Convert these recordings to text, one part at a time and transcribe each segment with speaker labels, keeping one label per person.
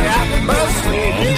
Speaker 1: From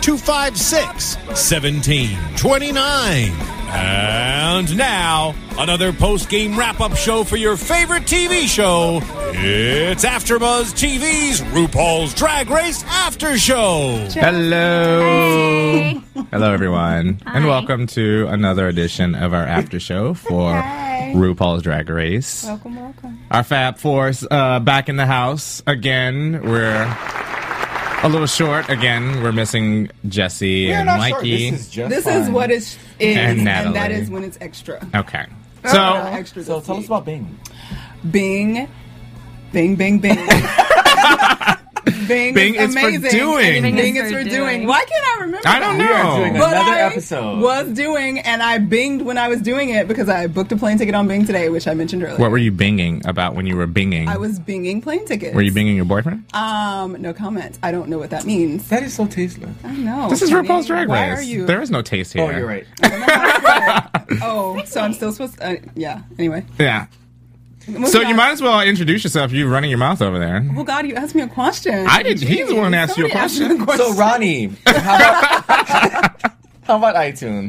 Speaker 1: 256 1729. And now, another post game wrap up show for your favorite TV show. It's AfterBuzz TV's RuPaul's Drag Race After Show.
Speaker 2: Hello. Hello, everyone. And welcome to another edition of our after show for RuPaul's Drag Race.
Speaker 3: Welcome, welcome.
Speaker 2: Our Fab Force uh, back in the house again. We're a little short again. We're missing Jesse and
Speaker 4: not sure.
Speaker 2: Mikey.
Speaker 4: This is just
Speaker 3: This
Speaker 4: fine.
Speaker 3: is what it is,
Speaker 2: And
Speaker 3: and,
Speaker 2: Natalie.
Speaker 3: that is when it's extra.
Speaker 2: okay. So,
Speaker 3: extra
Speaker 4: So tell us about Bing.
Speaker 3: Bing, Bing, Bing, Bing. Bing,
Speaker 2: Bing is
Speaker 3: is
Speaker 2: for
Speaker 3: amazing.
Speaker 2: doing.
Speaker 3: Bing, is for doing. Why can't I remember?
Speaker 2: I don't
Speaker 3: that?
Speaker 4: We are doing
Speaker 2: know.
Speaker 3: But
Speaker 4: another
Speaker 3: I
Speaker 4: episode.
Speaker 3: was doing, and I binged when I was doing it because I booked a plane ticket on Bing today, which I mentioned earlier.
Speaker 2: What were you binging about when you were binging?
Speaker 3: I was binging plane tickets.
Speaker 2: were you binging your boyfriend?
Speaker 3: Um, no comment. I don't know what that means.
Speaker 4: That is so tasteless.
Speaker 3: I know.
Speaker 2: this is
Speaker 3: Kenny.
Speaker 2: RuPaul's Drag Race.
Speaker 3: Why are you?
Speaker 2: There is no taste here.
Speaker 4: Oh, you're right.
Speaker 3: oh, so I'm still supposed to. Uh, yeah. Anyway.
Speaker 2: Yeah. So you might as well introduce yourself. You're running your mouth over there.
Speaker 3: Well, Oh, God, you asked me a question.
Speaker 2: I didn't. He's the one that asked you a
Speaker 3: Somebody asked
Speaker 2: question.
Speaker 3: me a question.
Speaker 4: So Ronnie, how about, how about iTunes?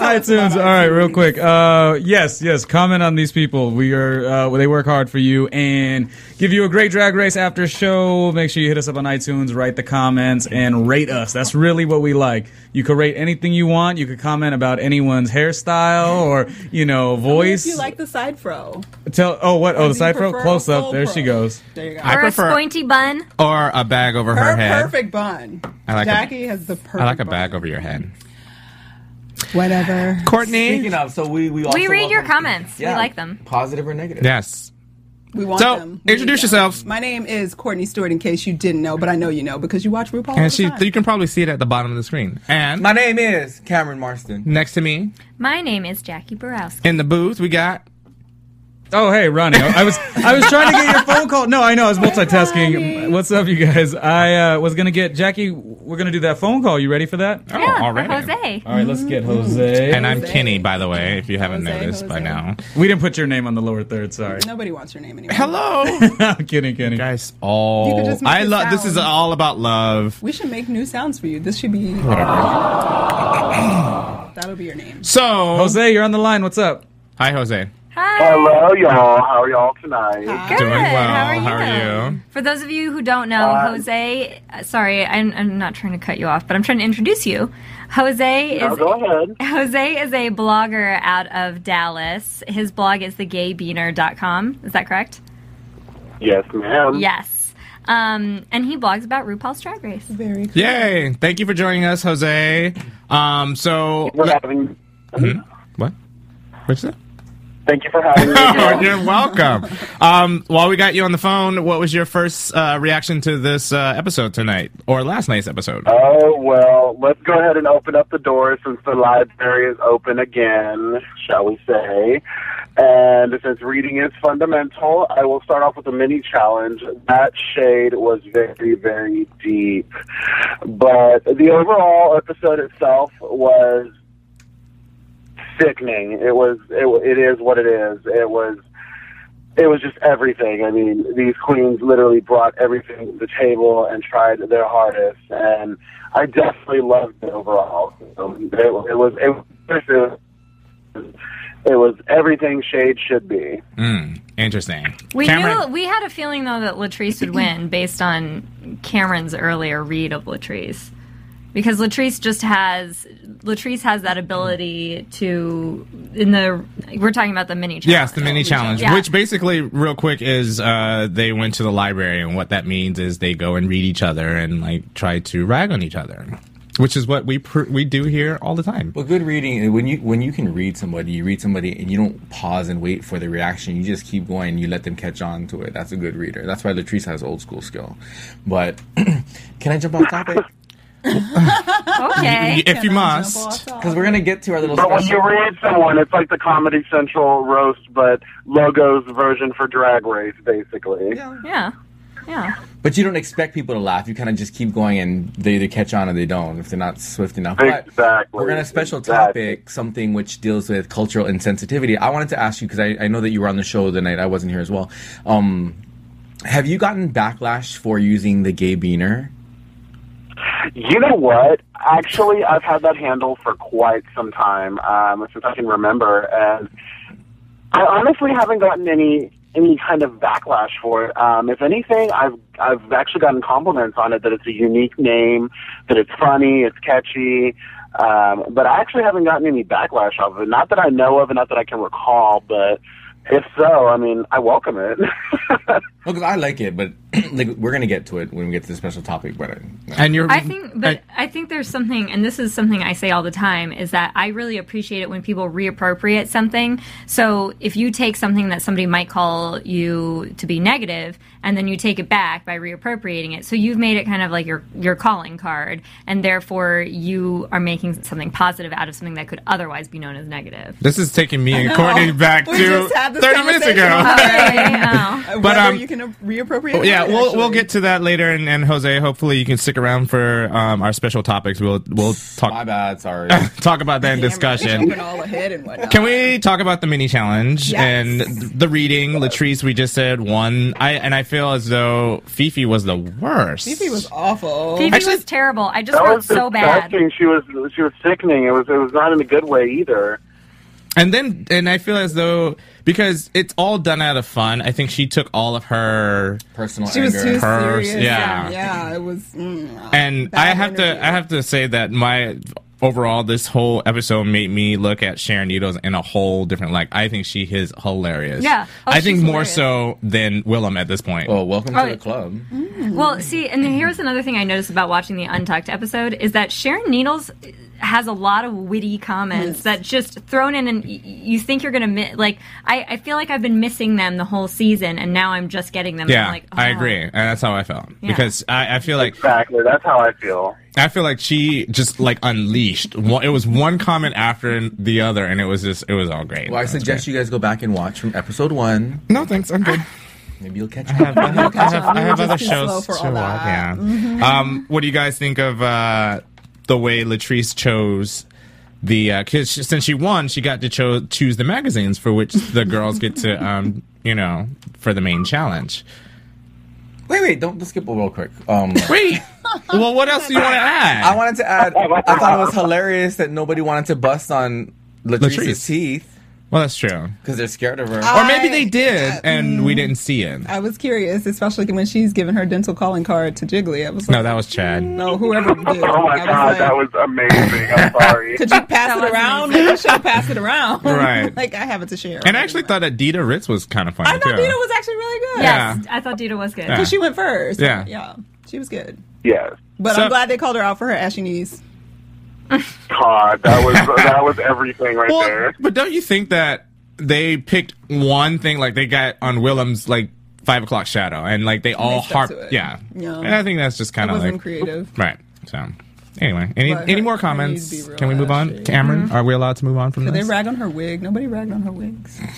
Speaker 5: iTunes. All right, real quick. Uh, yes, yes. Comment on these people. We are. Uh, they work hard for you and give you a great Drag Race after show. Make sure you hit us up on iTunes, write the comments, and rate us. That's really what we like. You can rate anything you want. You could comment about anyone's hairstyle or you know voice.
Speaker 3: If you like the side fro,
Speaker 5: Tell. Oh, what? Oh,
Speaker 3: do
Speaker 5: the
Speaker 3: you
Speaker 5: side pro.
Speaker 3: prefer
Speaker 5: Close
Speaker 3: a
Speaker 5: up.
Speaker 3: full
Speaker 5: There
Speaker 3: pro?
Speaker 5: she goes.
Speaker 3: there you go.
Speaker 2: I
Speaker 6: Or a
Speaker 2: prefer
Speaker 6: squinty bun.
Speaker 2: or a bag over her,
Speaker 3: Her
Speaker 2: head.
Speaker 3: perfect bun.
Speaker 2: I like a-
Speaker 3: Jackie has the perfect.
Speaker 2: I like a
Speaker 3: bun.
Speaker 2: bag over your head.
Speaker 3: Whatever.
Speaker 2: Courtney.
Speaker 4: Speaking of, so we we also
Speaker 6: We read your
Speaker 4: welcome-
Speaker 6: comments. We like them.
Speaker 4: positive or negative.
Speaker 2: Yes.
Speaker 3: We want
Speaker 2: So,
Speaker 3: them.
Speaker 2: introduce
Speaker 3: We need
Speaker 2: yourselves.
Speaker 3: My name is Courtney Stewart. In case you didn't know, but I know you know because you watch RuPaul. all the
Speaker 2: And she,
Speaker 3: time.
Speaker 2: you can probably see it at the bottom of the screen. And
Speaker 4: My name is Cameron Marston.
Speaker 2: next to me
Speaker 6: My name is Jackie Borowski.
Speaker 2: in the booth, we got
Speaker 5: Oh, hey, Ronnie. I I was I was trying to get your phone call. No, I know I was multitasking. What's up, you guys? I uh, was gonna get Jackie. We're gonna do that phone call. You ready for that?
Speaker 2: oh,
Speaker 6: Yeah,
Speaker 2: already.
Speaker 6: for Jose.
Speaker 5: All right, let's get Jose.
Speaker 2: And I'm Kenny, by the way, if you haven't
Speaker 3: Jose,
Speaker 2: noticed by
Speaker 3: Jose.
Speaker 2: now.
Speaker 5: we didn't put your name on the lower third. Sorry.
Speaker 3: Nobody wants your name anymore.
Speaker 2: Hello,
Speaker 5: I'm kidding, Kenny.
Speaker 2: guys. All
Speaker 3: could just make
Speaker 2: I
Speaker 3: it
Speaker 2: love. This
Speaker 3: sound.
Speaker 2: is all about love.
Speaker 3: We should make new sounds for you. This should be. That'll be your name.
Speaker 2: So
Speaker 5: Jose, you're on the line. What's up?
Speaker 2: hi, Jose.
Speaker 6: Hi.
Speaker 7: Hello, y'all. How are y'all tonight?
Speaker 6: Good.
Speaker 2: Doing well.
Speaker 6: How are you?
Speaker 2: How are you?
Speaker 6: For those of you who don't know, Jose, uh, sorry, I'm, I'm not trying to cut you off, but I'm trying to introduce you. Jose is
Speaker 7: Now go ahead.
Speaker 6: Jose is a blogger out of Dallas. His blog is thegaybeaner.com. Is that correct?
Speaker 7: Mm-hmm. Yes, ma'am.
Speaker 6: Yes. Um, and he blogs about RuPaul's Drag Race.
Speaker 3: Very. Cool.
Speaker 2: Yay! Thank you for joining us, Jose. Um, so Hmm?
Speaker 7: We're having.
Speaker 2: what? What's that?
Speaker 7: Thank you for having me.
Speaker 2: Oh, you're welcome. Um, while we got you on the phone, what was your first uh, reaction to this uh, episode tonight or last night's episode?
Speaker 7: oh well, let's go ahead and open up the door since the library is open again, shall we say? And since reading is fundamental, I will start off with a mini challenge. That shade was very, very deep, but the overall episode itself was sickening. It was. It, it is what it is. It was. It was just everything. I mean, these queens literally brought everything to the table and tried their hardest. And I definitely loved it overall. Um, it, it was. It was. It was everything shade should be.
Speaker 2: Mm, interesting.
Speaker 6: We knew
Speaker 2: Cameron,
Speaker 6: we had a feeling though that Latrice would win based on Cameron's earlier read of Latrice. because Latrice just has Latrice has that ability to in the we're talking about the mini challenge.
Speaker 2: Yes, the mini challenge,
Speaker 6: Yeah.
Speaker 2: which basically, real quick, is uh, they went to the library, and what that means is they go and read each other and like try to rag on each other, which is what we pr- we do here all the time.
Speaker 4: Well, good reading when you when you can read somebody, you read somebody and you don't pause and wait for the reaction. You just keep going. You let them catch on to it. That's a good reader. That's why Latrice has old school skill. But can I jump off topic?
Speaker 6: Okay.
Speaker 2: if you must,
Speaker 4: Because we're gonna get to our little.
Speaker 7: But when
Speaker 4: special-
Speaker 7: you read someone, it's like the Comedy Central roast, but logos version for Drag Race, basically.
Speaker 6: yeah. Yeah.
Speaker 4: But you don't expect people to laugh. You kind of just keep going, and they either catch on or they don't if they're not swift enough. But
Speaker 7: Exactly.
Speaker 4: we're gonna special
Speaker 7: Exactly.
Speaker 4: topic something which deals with cultural insensitivity. I wanted to ask you because I, I know that you were on the show the night I wasn't here as well. Um, have you gotten backlash for using the gay beaner?
Speaker 7: You know what? Actually, I've had that handle for quite some time, um, since I can remember, and I honestly haven't gotten any any kind of backlash for it. Um, if anything, I've I've actually gotten compliments on it that it's a unique name, that it's funny, it's catchy. Um, but I actually haven't gotten any backlash off of it. Not that I know of, and not that I can recall. But if so, I mean, I welcome it.
Speaker 4: Well, 'cause I like it, but like we're gonna get to it when we get to the special topic. But uh,
Speaker 2: and you're.
Speaker 6: I think but Mm-hmm. I think there's something and this is something I say all the time is that I really appreciate it when people reappropriate something. So if you take something that somebody might call you to be negative and then you take it back by reappropriating it. So you've made it kind of like your your calling card and therefore you are making something positive out of something that could otherwise be known as negative.
Speaker 2: This is taking me and Courtney back
Speaker 3: We
Speaker 2: to
Speaker 3: just had this
Speaker 2: 30 minutes
Speaker 3: conversation.
Speaker 2: ago.
Speaker 6: I know.
Speaker 3: But
Speaker 2: um,
Speaker 3: you can reappropriate. it,
Speaker 2: Yeah, we'll we'll
Speaker 3: actually.
Speaker 2: get to that later, and, and Jose, hopefully you can stick around for um, our special topics. We'll we'll
Speaker 4: my
Speaker 2: talk
Speaker 4: bad, sorry.
Speaker 2: talk about that in
Speaker 3: Camera,
Speaker 2: discussion.
Speaker 3: jumping all ahead and whatnot.
Speaker 2: Can we talk about the mini challenge
Speaker 3: Yes.
Speaker 2: and the reading? Latrice, we just said one. I and I feel as though Fifi was the worst.
Speaker 3: Fifi was awful.
Speaker 6: Phoebe
Speaker 2: Actually-
Speaker 6: was terrible. I just
Speaker 7: that
Speaker 6: felt
Speaker 7: was
Speaker 6: Oh, so bad.
Speaker 7: disgusting. She was she was sickening. It was it was not in a good way either.
Speaker 2: and then and I feel as though because it's all done out of fun. I think she took all of her
Speaker 4: Personal
Speaker 3: She was
Speaker 4: anger.
Speaker 3: too
Speaker 2: Hers,
Speaker 3: serious.
Speaker 2: yeah.
Speaker 3: yeah, it was. Mm,
Speaker 2: and
Speaker 3: Bad
Speaker 2: I have
Speaker 3: energy.
Speaker 2: to I have to say that my overall this whole episode made me look at Sharon Needles in a whole different like I think she is hilarious.
Speaker 6: Yeah. Oh,
Speaker 2: I think
Speaker 6: she's
Speaker 2: more
Speaker 6: hilarious.
Speaker 2: so than Willem at this point.
Speaker 4: well, welcome
Speaker 6: Oh,
Speaker 4: to the
Speaker 6: yeah.
Speaker 4: club.
Speaker 3: Mm-hmm.
Speaker 6: Well, see, and then here's another thing I noticed about watching the Untucked episode is that Sharon Needles has a lot of witty comments that just thrown in, and y- you think you're gonna mi- like. I, I feel like I've been missing them the whole season, and now I'm just getting them. and
Speaker 2: yeah,
Speaker 6: I'm like,
Speaker 2: I
Speaker 6: oh.
Speaker 2: agree, and that's how I felt
Speaker 6: Yeah.
Speaker 2: because I, I feel like
Speaker 7: Exactly. That's how I feel.
Speaker 2: I feel like she just like unleashed. One- It was one comment after the other, and it was just it was all great.
Speaker 4: Well, I
Speaker 2: That's
Speaker 4: suggest you guys go back and watch from episode one.
Speaker 2: great. No, thanks. I'm good.
Speaker 4: Maybe you'll catch
Speaker 2: I have, I
Speaker 4: on.
Speaker 2: have, I have, I
Speaker 3: We were
Speaker 2: have
Speaker 3: just
Speaker 2: other
Speaker 3: too
Speaker 2: shows
Speaker 3: slow
Speaker 2: to
Speaker 3: for
Speaker 2: watch.
Speaker 3: all that. Mm-hmm.
Speaker 2: Yeah. Um, what do you guys think of uh, the way Latrice chose the? Uh, cause she- since she won, she got to cho- choose the magazines for which the girls get to, um, you know, for the main challenge.
Speaker 4: Wait, wait, don't let's skip over real quick. Um,
Speaker 2: Wait. well, what else do you want to add?
Speaker 4: I wanted to add. I thought it was hilarious that nobody wanted to bust on Latrice's
Speaker 2: Latrice.
Speaker 4: teeth
Speaker 2: well, that's true.
Speaker 4: because they're scared of her.
Speaker 6: Oh.
Speaker 2: Or maybe
Speaker 3: I- uh, mm.
Speaker 2: they did, and we didn't see it.
Speaker 3: I was curious, especially when she's giving her dental calling card to Jiggly. I was like,
Speaker 2: No, that was Chad.
Speaker 3: no, whoever did.
Speaker 7: Oh my
Speaker 3: I was
Speaker 7: god,
Speaker 3: like,
Speaker 7: that was amazing. I'm sorry.
Speaker 3: could you pass
Speaker 6: was
Speaker 3: it around?
Speaker 6: amazing.
Speaker 3: Like, you should pass it around.
Speaker 2: Right.
Speaker 3: like I have it to share.
Speaker 2: And I actually thought that Dita Ritz was kind of funny
Speaker 3: I thought
Speaker 2: too.
Speaker 3: Dina was actually really good.
Speaker 2: Yeah.
Speaker 6: Yes, I thought Dita was good.
Speaker 2: Yeah.
Speaker 3: 'Cause she went first.
Speaker 2: Yeah.
Speaker 3: yeah, she was good.
Speaker 7: yes.
Speaker 3: But
Speaker 2: So-
Speaker 3: I'm glad they called her out for her ashy knees.
Speaker 7: God, that was that was everything right
Speaker 2: well,
Speaker 7: there.
Speaker 2: but don't you think that they picked one thing like they got on Willem's like five o'clock shadow and like they all
Speaker 3: stuck
Speaker 2: harp
Speaker 3: to it.
Speaker 2: yeah
Speaker 3: Yeah.
Speaker 2: and I think that's just kind
Speaker 3: It
Speaker 2: of
Speaker 3: wasn't
Speaker 2: like
Speaker 3: creative.
Speaker 2: right so anyway any
Speaker 3: But
Speaker 2: any
Speaker 3: her-
Speaker 2: more
Speaker 3: her
Speaker 2: comments
Speaker 3: knees be real
Speaker 2: can we move on
Speaker 3: ashy.
Speaker 2: Cameron are we allowed to move on from
Speaker 3: Did they
Speaker 2: this
Speaker 3: rag on her wig? Nobody ragged on her wigs.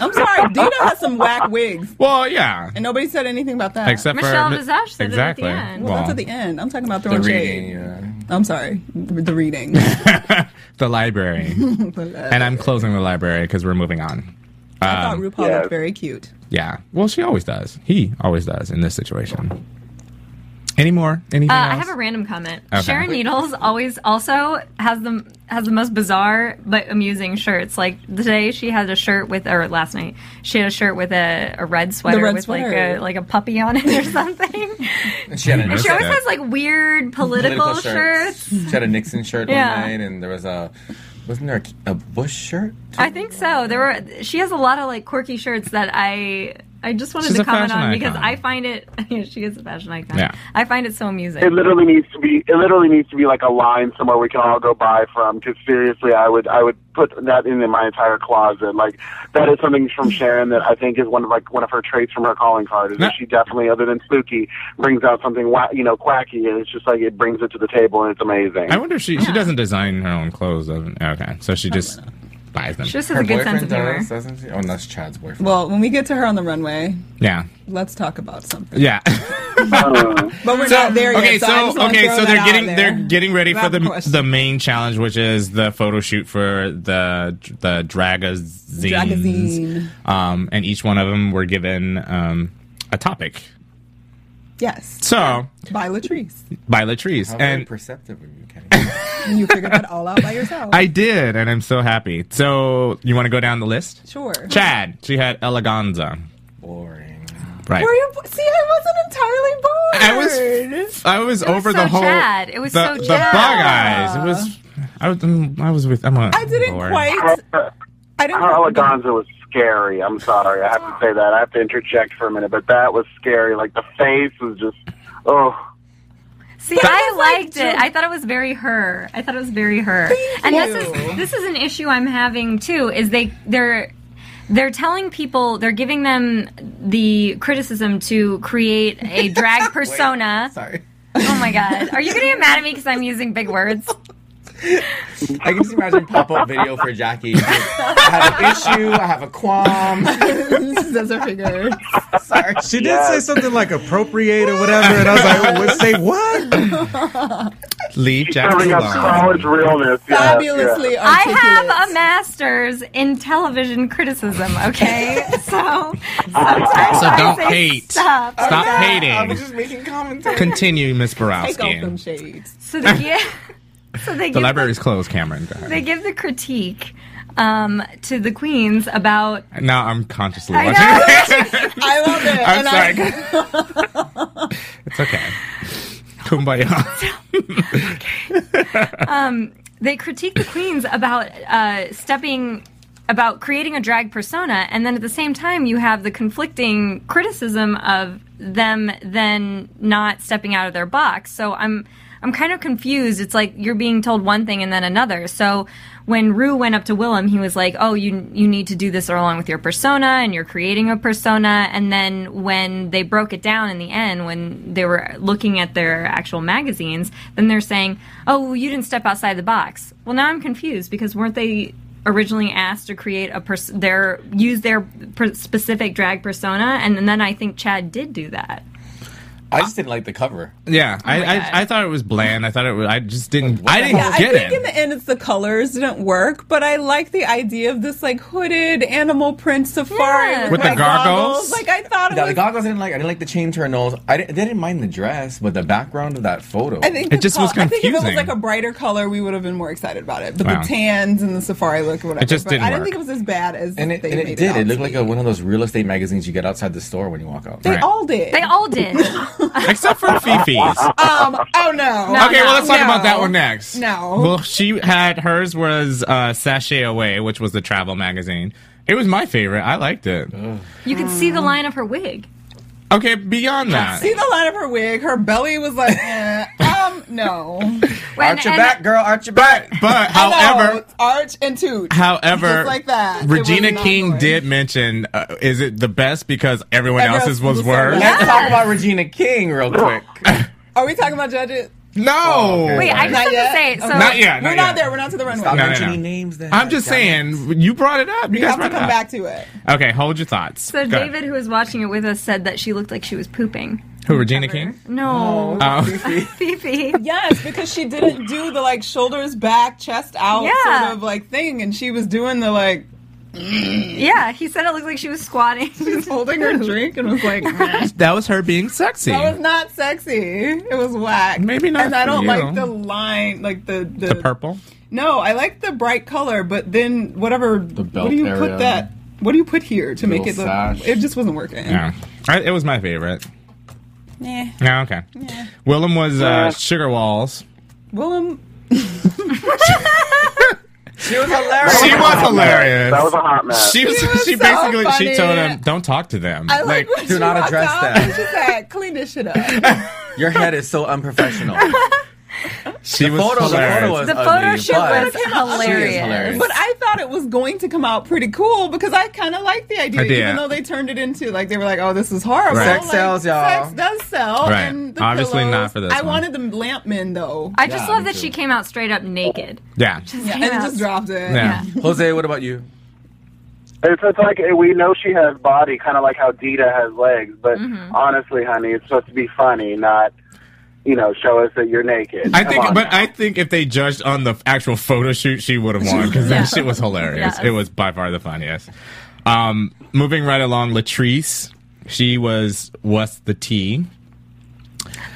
Speaker 3: I'm sorry, Dina has some whack wigs,
Speaker 2: well yeah
Speaker 3: and nobody said anything about that.
Speaker 2: except
Speaker 6: Michelle
Speaker 2: for
Speaker 6: Visage said it at
Speaker 2: exactly
Speaker 6: the end.
Speaker 3: well, that's
Speaker 2: Well,
Speaker 3: at the end. I'm talking about
Speaker 4: the
Speaker 3: throwing
Speaker 4: reading,
Speaker 3: shade.
Speaker 4: yeah.
Speaker 3: I'm sorry, the reading.
Speaker 2: the library and
Speaker 3: and
Speaker 2: I'm closing the library because we're moving on
Speaker 3: I thought RuPaul
Speaker 7: yeah.
Speaker 3: looked very cute.
Speaker 2: yeah well she always does he always does in this situation Any more? Anything
Speaker 6: Uh,
Speaker 2: else?
Speaker 6: I have a random comment.
Speaker 2: Okay.
Speaker 6: Sharon Needles always also has the has the most bizarre but amusing shirts. Like today, she had a shirt with, or last night, she had a shirt with a, a red sweater
Speaker 3: red
Speaker 6: with like
Speaker 3: sweater.
Speaker 6: a like a puppy on it or something.
Speaker 4: She had a
Speaker 6: and she
Speaker 2: Noticed
Speaker 6: always
Speaker 2: that.
Speaker 6: has like weird political, shirts.
Speaker 4: She had a Nixon shirt
Speaker 6: Yeah.
Speaker 4: one night, and there was a wasn't there a, a Bush shirt?
Speaker 6: I think so. There were. She has a lot of like quirky shirts that I. I just wanted
Speaker 2: She's
Speaker 6: to
Speaker 2: a
Speaker 6: comment
Speaker 2: fashion
Speaker 6: on because
Speaker 2: icon.
Speaker 6: I find it. she is a fashion icon.
Speaker 2: Yeah.
Speaker 6: I find it so amusing.
Speaker 7: It literally needs to be. It literally needs to be like a line somewhere we can all go buy from. Because seriously, I would I would put that in my entire closet. Like that is something from Sharon that I think is one of like one of her traits from her calling card is that she definitely, other than spooky, brings out something wa- you know quacky, and it's just like it brings it to the table and it's amazing.
Speaker 2: I wonder if she she doesn't design her own clothes. doesn't- Okay, so she just buys them.
Speaker 6: she just has a good sense of humor.
Speaker 4: does, doesn't she? Oh, and that's Chad's boyfriend.
Speaker 3: Well, when we get to her on the runway,
Speaker 2: Yeah,
Speaker 3: let's talk about something.
Speaker 2: yeah.
Speaker 3: But we're not there yet.
Speaker 2: okay,
Speaker 3: so, I
Speaker 2: so
Speaker 3: just wanna
Speaker 2: okay,
Speaker 3: throw
Speaker 2: so
Speaker 3: that
Speaker 2: they're
Speaker 3: out
Speaker 2: getting
Speaker 3: there.
Speaker 2: they're getting ready
Speaker 3: That
Speaker 2: for the
Speaker 3: question.
Speaker 2: the main challenge, which is the photo shoot for the the dragazines.
Speaker 3: Dragazine.
Speaker 2: Um, and each one of them were given um a topic.
Speaker 3: Yes,
Speaker 2: So
Speaker 3: by Latrice.
Speaker 2: by Latrice
Speaker 4: How very
Speaker 2: and.
Speaker 4: perceptive of you, Kenny.
Speaker 3: You figured that all out by yourself.
Speaker 2: I did, and I'm so happy. So, you want to go down the list?
Speaker 3: sure.
Speaker 2: Chad, she had Eleganza.
Speaker 4: Boring.
Speaker 2: Right.
Speaker 3: Were you see? I wasn't entirely
Speaker 2: I
Speaker 3: bored.
Speaker 2: was I was over
Speaker 6: so
Speaker 2: the whole
Speaker 6: Chad. It was
Speaker 2: the,
Speaker 6: so
Speaker 2: the
Speaker 6: Chad.
Speaker 2: bug eyes. It was I was um, I was with I'm a,
Speaker 3: I didn't
Speaker 2: bored.
Speaker 3: quite. I didn't.
Speaker 7: Eleganza Oh, was scary. I'm sorry. I have to say that. I have to interject for a minute, but that was scary. Like the face was just oh.
Speaker 6: See, I liked it. I thought it was very her. I thought it was very her. and this
Speaker 3: you.
Speaker 6: is this is an issue I'm having too. Is they they're they're telling people they're giving them the criticism to create a drag persona.
Speaker 4: Sorry.
Speaker 6: Oh my god, are you gonna get mad at me because I'm using big words?
Speaker 4: I can just imagine pop up video for Jackie. I have an issue. I have a qualm.
Speaker 3: Does her figure?
Speaker 4: Sorry.
Speaker 5: She did
Speaker 7: Yes.
Speaker 5: say something like appropriate or whatever, and I was like, oh, what, say what?
Speaker 2: leave Jack
Speaker 7: Serving up
Speaker 2: alone.
Speaker 7: solid realness. Yes,
Speaker 3: Fabulously
Speaker 7: yes.
Speaker 6: I
Speaker 3: articulate.
Speaker 6: have a master's in television criticism. Okay, so sometimes
Speaker 2: Ah, So
Speaker 6: I
Speaker 2: don't
Speaker 6: say
Speaker 2: hate.
Speaker 6: stuff.
Speaker 2: Stop
Speaker 4: I was
Speaker 2: hating.
Speaker 4: just making commentary.
Speaker 2: Continue, Miss
Speaker 3: Take off them
Speaker 2: Borowski.
Speaker 3: shades.
Speaker 6: So they give. So they
Speaker 2: The
Speaker 6: give
Speaker 2: library is closed, Cameron. Go
Speaker 6: they
Speaker 2: ahead.
Speaker 6: give the critique um, to the queens about
Speaker 2: Now I'm consciously
Speaker 6: I
Speaker 2: watching.
Speaker 3: I love it.
Speaker 2: I'm
Speaker 3: and
Speaker 2: sorry.
Speaker 3: I,
Speaker 2: it's okay. Kumbaya.
Speaker 6: they critique the queens about uh, stepping about creating a drag persona and then at the same time you have the conflicting criticism of them then not stepping out of their box so i'm i'm kind of confused it's like you're being told one thing and then another so when rue went up to willem he was like oh you you need to do this along with your persona and you're creating a persona and then when they broke it down in the end when they were looking at their actual magazines then they're saying oh well, you didn't step outside the box well now i'm confused because weren't they originally asked to create a pers- their use their per- specific drag persona, and, then I think Chad did do that.
Speaker 4: I just didn't like the cover.
Speaker 2: Yeah, I,
Speaker 6: God.
Speaker 2: I I thought it was bland. I thought it was. I just didn't. I didn't
Speaker 3: yeah, I
Speaker 2: get
Speaker 3: think in
Speaker 2: it.
Speaker 3: the end, it's the colors didn't work, but I like the idea of this like hooded animal print safari
Speaker 6: Yeah.
Speaker 3: with,
Speaker 2: With the
Speaker 3: like,
Speaker 2: goggles?
Speaker 3: Like I thought it
Speaker 4: Yeah, the
Speaker 3: was.
Speaker 4: goggles I didn't like. I didn't like the chain to her nose. I didn't, they didn't mind the dress, but the background of that photo.
Speaker 3: I think
Speaker 2: It
Speaker 3: the
Speaker 2: just was
Speaker 3: I think if it was
Speaker 2: confusing.
Speaker 3: like a brighter color, we would have been more excited about it. But
Speaker 2: Wow.
Speaker 3: the tans and the safari look, and whatever.
Speaker 2: It just
Speaker 3: but
Speaker 2: didn't
Speaker 3: I didn't
Speaker 2: work.
Speaker 3: think it was as bad as
Speaker 4: and it,
Speaker 3: they
Speaker 4: and
Speaker 3: made
Speaker 4: it did.
Speaker 3: Out
Speaker 4: It
Speaker 3: to
Speaker 4: looked like
Speaker 3: be.
Speaker 4: a, one of those real estate magazines you get outside the store when you walk out.
Speaker 3: They
Speaker 2: Right.
Speaker 3: all did.
Speaker 6: They all did.
Speaker 2: except for Fifi's.
Speaker 3: Um. Oh no.
Speaker 6: No.
Speaker 2: okay, well, let's talk
Speaker 3: No.
Speaker 2: about that one next.
Speaker 3: No.
Speaker 2: Well, she had hers was uh, Sashay Away, which was the travel magazine. It was my favorite. I liked it.
Speaker 6: you could see the line of her wig.
Speaker 2: Okay, beyond that,
Speaker 3: See the line of her wig. Her belly was like, eh, um, no.
Speaker 6: When-
Speaker 4: arch your
Speaker 6: and-
Speaker 4: back, girl. Arch your
Speaker 2: but
Speaker 4: back.
Speaker 2: but
Speaker 3: No,
Speaker 2: however.
Speaker 3: it's arch and toot.
Speaker 2: However,
Speaker 3: Just like that. It
Speaker 2: Regina
Speaker 3: was not
Speaker 2: King
Speaker 3: yours.
Speaker 2: did mention, uh, "Is it the best because everyone
Speaker 3: Everyone
Speaker 2: else's
Speaker 3: else
Speaker 2: was
Speaker 3: was
Speaker 2: worse?"
Speaker 3: so bad.
Speaker 4: Let's talk about Regina King real quick.
Speaker 3: Are we talking about judges?
Speaker 2: No,
Speaker 6: Wait, I just
Speaker 3: Not
Speaker 6: have
Speaker 3: yet?
Speaker 6: to say. So
Speaker 3: Okay.
Speaker 2: Not yet,
Speaker 3: We're
Speaker 2: not
Speaker 3: not
Speaker 2: yet.
Speaker 3: there. We're not to the runway.
Speaker 4: Stop
Speaker 2: No, no,
Speaker 4: mentioning
Speaker 2: no.
Speaker 4: names. Then
Speaker 2: I'm just saying you brought it up. You,
Speaker 3: We
Speaker 2: guys
Speaker 3: have to
Speaker 2: brought
Speaker 3: come
Speaker 2: it up.
Speaker 3: back to it.
Speaker 2: Okay, hold your thoughts.
Speaker 6: So
Speaker 2: Go ahead.
Speaker 6: David, who was watching it with us, said that she looked like she was pooping.
Speaker 2: who Regina King?
Speaker 6: No,
Speaker 2: Oh.
Speaker 6: Fifi.
Speaker 3: Yes, because she didn't do the like shoulders back, chest out
Speaker 6: Yeah.
Speaker 3: sort of like thing, and she was doing the like
Speaker 6: Yeah, he said it looked like she was squatting.
Speaker 3: She was holding her drink and was like, "Meh."
Speaker 2: That was her being sexy.
Speaker 3: that was not sexy. It was whack.
Speaker 2: Maybe not
Speaker 3: And I
Speaker 2: for
Speaker 3: don't
Speaker 2: you.
Speaker 3: like the line, like the
Speaker 2: the
Speaker 3: the,
Speaker 2: purple.
Speaker 3: No, I like the bright color, but then whatever. what
Speaker 4: belt
Speaker 3: do you
Speaker 4: area.
Speaker 3: put that? What do you put here to make it
Speaker 4: Little
Speaker 3: look?
Speaker 4: sash.
Speaker 3: It just wasn't working.
Speaker 2: Yeah, I, it was my favorite.
Speaker 3: Nah.
Speaker 2: Yeah, okay. Willem was uh, Sugar Walls.
Speaker 3: Willem.
Speaker 4: She was hilarious.
Speaker 2: She was hilarious.
Speaker 7: That was a hot mess.
Speaker 2: she was,
Speaker 3: She was
Speaker 2: she
Speaker 3: so
Speaker 2: basically she
Speaker 3: funny.
Speaker 2: told him, "Don't talk to them."
Speaker 3: I like,
Speaker 2: like
Speaker 3: when she
Speaker 4: not
Speaker 3: walked
Speaker 4: address
Speaker 3: off
Speaker 4: that.
Speaker 3: and She said, "Clean this shit up."
Speaker 4: Your head is so unprofessional.
Speaker 2: she was
Speaker 4: photo, the
Speaker 2: hilarious.
Speaker 4: photo was
Speaker 6: The
Speaker 4: ugly,
Speaker 6: photo shoot
Speaker 4: but
Speaker 6: was
Speaker 4: she is
Speaker 6: hilarious.
Speaker 4: hilarious.
Speaker 3: But I thought it was going to come out pretty cool because I kind of liked the idea,
Speaker 2: Idea.
Speaker 3: even though they turned it into like they were like, "Oh, this is horrible."
Speaker 2: Right.
Speaker 4: Sex sells, y'all.
Speaker 3: Sex does sell.
Speaker 2: Right.
Speaker 3: And the
Speaker 2: Obviously
Speaker 3: pillows.
Speaker 2: not for this
Speaker 3: I
Speaker 2: one.
Speaker 3: wanted the lamp men though.
Speaker 6: I just
Speaker 4: Yeah,
Speaker 6: love
Speaker 4: me
Speaker 6: that
Speaker 4: too.
Speaker 6: she came out straight up naked.
Speaker 2: yeah.
Speaker 3: yeah,
Speaker 6: came
Speaker 3: and
Speaker 6: out.
Speaker 3: just dropped it.
Speaker 2: yeah,
Speaker 4: Jose, what about you?
Speaker 7: It's, it's like eh, we know she has body, kind of like how Dita has legs. But
Speaker 3: Mm-hmm.
Speaker 7: honestly, honey, it's supposed to be funny, not you know, show us that you're naked.
Speaker 2: I
Speaker 7: Come
Speaker 2: think,
Speaker 7: on.
Speaker 2: but I think if they judged on the actual photo shoot, she would have won because that shit was hilarious.
Speaker 6: Yes.
Speaker 2: It was by far the funniest. Um, moving right along, Latrice. She was what's the T?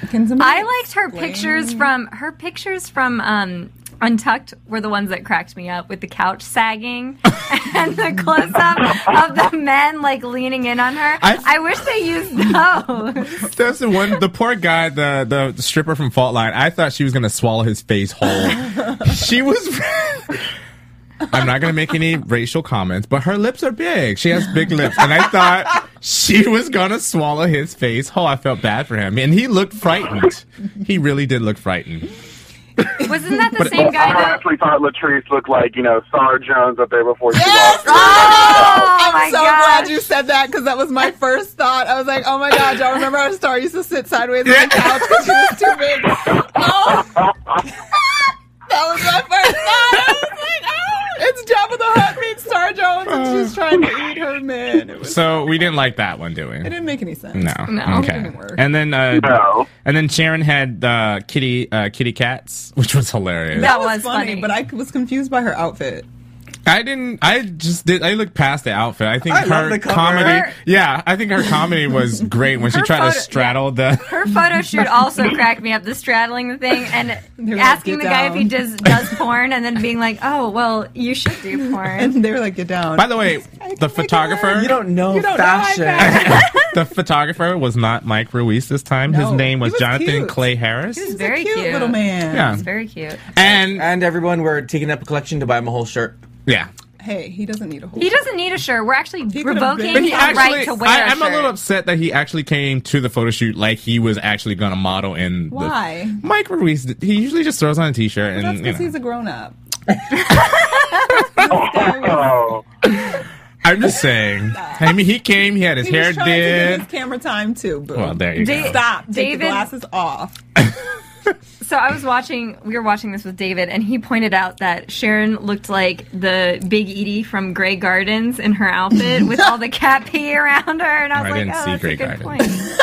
Speaker 3: Can somebody
Speaker 6: I liked her
Speaker 3: explain?
Speaker 6: pictures from her pictures from um, Untucked were the ones that cracked me up with the couch sagging and the close up of the men like leaning in on her.
Speaker 2: I-
Speaker 6: I, wish they used those.
Speaker 2: That's the one. The poor guy, the the, stripper from Fault Line. I thought she was gonna swallow his face whole. she was. I'm not gonna make any racial comments, but her lips are big. She has big lips, and I thought she was gonna swallow his face whole. I felt bad for him, and he looked frightened. He really did look frightened.
Speaker 6: Wasn't that the same
Speaker 7: I
Speaker 6: guy though?
Speaker 7: honestly thought Latrice looked like you know Sar Jones up there before she
Speaker 3: Yes!
Speaker 7: walked. in.
Speaker 6: Oh my
Speaker 3: I'm so
Speaker 6: god!
Speaker 3: glad you said that because that was my first thought. I was like, oh my god, y'all remember our star used to sit sideways on the couch because she was too big. Oh, that was my first thought. I was like, oh, it's Jabba the Hutt meets Star Jones and
Speaker 6: Oh.
Speaker 3: she's trying to eat her man. It, was,
Speaker 2: So we didn't like that one, doing.
Speaker 3: it didn't make any sense.
Speaker 2: No.
Speaker 6: No.
Speaker 2: Okay.
Speaker 3: Didn't work.
Speaker 2: And then, uh,
Speaker 7: No.
Speaker 2: and then Sharon had uh, kitty uh, kitty cats, which was hilarious.
Speaker 6: That was funny.
Speaker 3: but I was confused by her outfit.
Speaker 2: I didn't. I just did. I looked past the outfit. I think
Speaker 4: I love
Speaker 2: her
Speaker 4: the cover.
Speaker 2: comedy.
Speaker 6: Her-
Speaker 2: yeah, I think her comedy was great when she
Speaker 6: Her
Speaker 2: tried to
Speaker 6: photo-
Speaker 2: straddle the.
Speaker 6: Her photo shoot also cracked me up. The straddling the thing and
Speaker 3: like,
Speaker 6: asking
Speaker 3: "Get
Speaker 6: the guy if he
Speaker 3: down."
Speaker 6: does does porn, and then being like, "Oh, well, you should do porn."
Speaker 3: And they were like, get down.
Speaker 2: By the way, the photographer.
Speaker 4: You don't know
Speaker 3: You don't know my
Speaker 4: fashion.
Speaker 3: fashion.
Speaker 2: the photographer was not Mike Ruiz this time. His
Speaker 3: No,
Speaker 2: name
Speaker 3: he
Speaker 2: was,
Speaker 3: was
Speaker 2: Jonathan
Speaker 3: cute.
Speaker 2: Clay Harris.
Speaker 3: He's a
Speaker 6: Very
Speaker 3: cute,
Speaker 6: cute.
Speaker 3: little man.
Speaker 2: yeah,
Speaker 6: it's very cute.
Speaker 2: and
Speaker 4: and everyone, we're taking up a collection to buy him a whole shirt.
Speaker 2: yeah.
Speaker 3: Hey, he doesn't need a whole
Speaker 6: He doesn't need a shirt. We're actually
Speaker 3: could've
Speaker 6: revoking
Speaker 3: been-
Speaker 2: But he
Speaker 6: his
Speaker 2: actually,
Speaker 6: right to wear.
Speaker 2: I,
Speaker 6: a
Speaker 2: I'm a
Speaker 6: shirt.
Speaker 2: little upset that he actually came to the photo shoot like he was actually going to model in. the-
Speaker 3: Why?
Speaker 2: Mike Ruiz, he usually just throws on a t-shirt and
Speaker 3: That's
Speaker 2: you
Speaker 3: because
Speaker 2: know.
Speaker 3: he's a grown up.
Speaker 7: Oh,
Speaker 2: I'm just saying. I mean, he came, he had his
Speaker 3: He
Speaker 2: hair
Speaker 3: was trying to get
Speaker 2: did.
Speaker 3: his camera time too. Boo.
Speaker 2: Well, there you
Speaker 6: Da-
Speaker 2: go.
Speaker 3: Stop. Take David.
Speaker 6: David-
Speaker 3: the glasses off.
Speaker 6: So I was watching. We were watching this with David, and he pointed out that Sharon looked like the Big Edie from Grey Gardens in her outfit with all the cat pee around her, and I was
Speaker 2: I
Speaker 6: like,
Speaker 2: didn't
Speaker 6: "Oh,
Speaker 2: see
Speaker 6: that's
Speaker 2: Grey
Speaker 6: a good
Speaker 2: Gardens.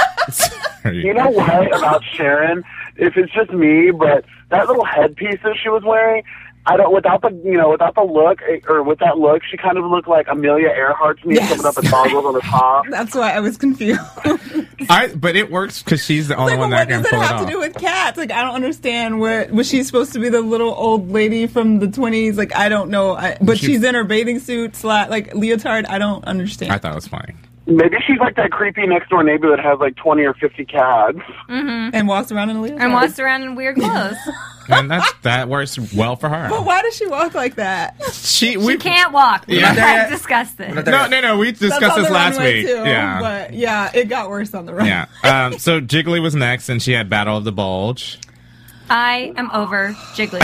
Speaker 6: point."
Speaker 7: you know what about Sharon? If it's just me, but that little headpiece that she was wearing. I don't. Without the, you know, without the look, eh, or with that look, she kind of looked like Amelia Earhart's niece
Speaker 3: Yes.
Speaker 7: coming up with goggles on the top.
Speaker 3: That's why I was confused. like,
Speaker 2: I, but it works because she's the only
Speaker 3: well,
Speaker 2: one
Speaker 3: what
Speaker 2: that can
Speaker 3: does it
Speaker 2: pull it
Speaker 3: have to
Speaker 2: off.
Speaker 3: do with cats? Like, I don't understand. Where was she supposed to be the little old lady from the twenties? Like, I don't know. I, but
Speaker 2: She-
Speaker 3: she's in her bathing suit, slat, like leotard. I don't understand.
Speaker 2: I thought it was funny.
Speaker 7: Maybe she's like that creepy next door neighbor that has like twenty or fifty cats.
Speaker 3: and walks around in a leotard.
Speaker 6: and walks around in weird clothes.
Speaker 2: And that's, that works well for her.
Speaker 3: But why does she walk like that?
Speaker 2: She, we
Speaker 6: She can't walk. We
Speaker 2: Yeah.
Speaker 6: have discussed this.
Speaker 2: No, no, no. We discussed
Speaker 3: on
Speaker 2: this
Speaker 3: the
Speaker 2: last
Speaker 3: runway,
Speaker 2: week.
Speaker 3: Too,
Speaker 2: yeah.
Speaker 3: But yeah, it got worse on the run.
Speaker 2: yeah. Um, so Jiggly was next, and she had Battle of the Bulge.
Speaker 6: I am over Jiggly.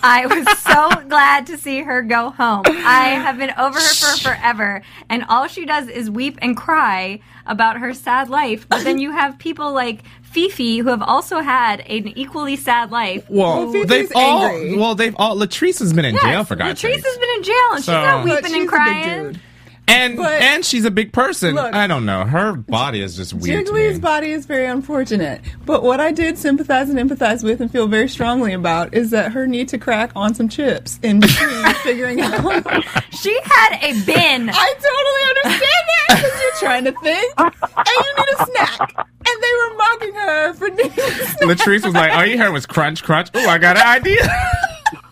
Speaker 6: I was so glad to see her go home. I have been over her for forever, and all she does is weep and cry about her sad life. But then you have people like Fifi who have also had an equally sad life.
Speaker 2: Well,
Speaker 3: Fifi's
Speaker 2: they've all.
Speaker 3: angry.
Speaker 2: Well, they've all. Latrice has been in jail for God's
Speaker 6: Latrice
Speaker 2: sake.
Speaker 6: has been in jail, and she's
Speaker 2: So-
Speaker 6: not
Speaker 2: But
Speaker 3: But
Speaker 6: weeping
Speaker 3: she's a
Speaker 6: and
Speaker 3: big
Speaker 6: crying.
Speaker 3: dude.
Speaker 2: and
Speaker 3: But-
Speaker 2: and she's a big person.
Speaker 3: Look.
Speaker 2: I don't know. Her body is just weird. to
Speaker 3: Jiggly's
Speaker 2: me.
Speaker 3: body is very unfortunate, but what I did sympathize and empathize with and feel very strongly about is that her need to crack on some chips in between figuring out.
Speaker 6: She had a bin.
Speaker 3: I totally understand that because you're trying to think and you need a snack, and they were mocking her for needing a snack.
Speaker 2: Latrice was like, all you heard was crunch, crunch. Oh, I got an idea.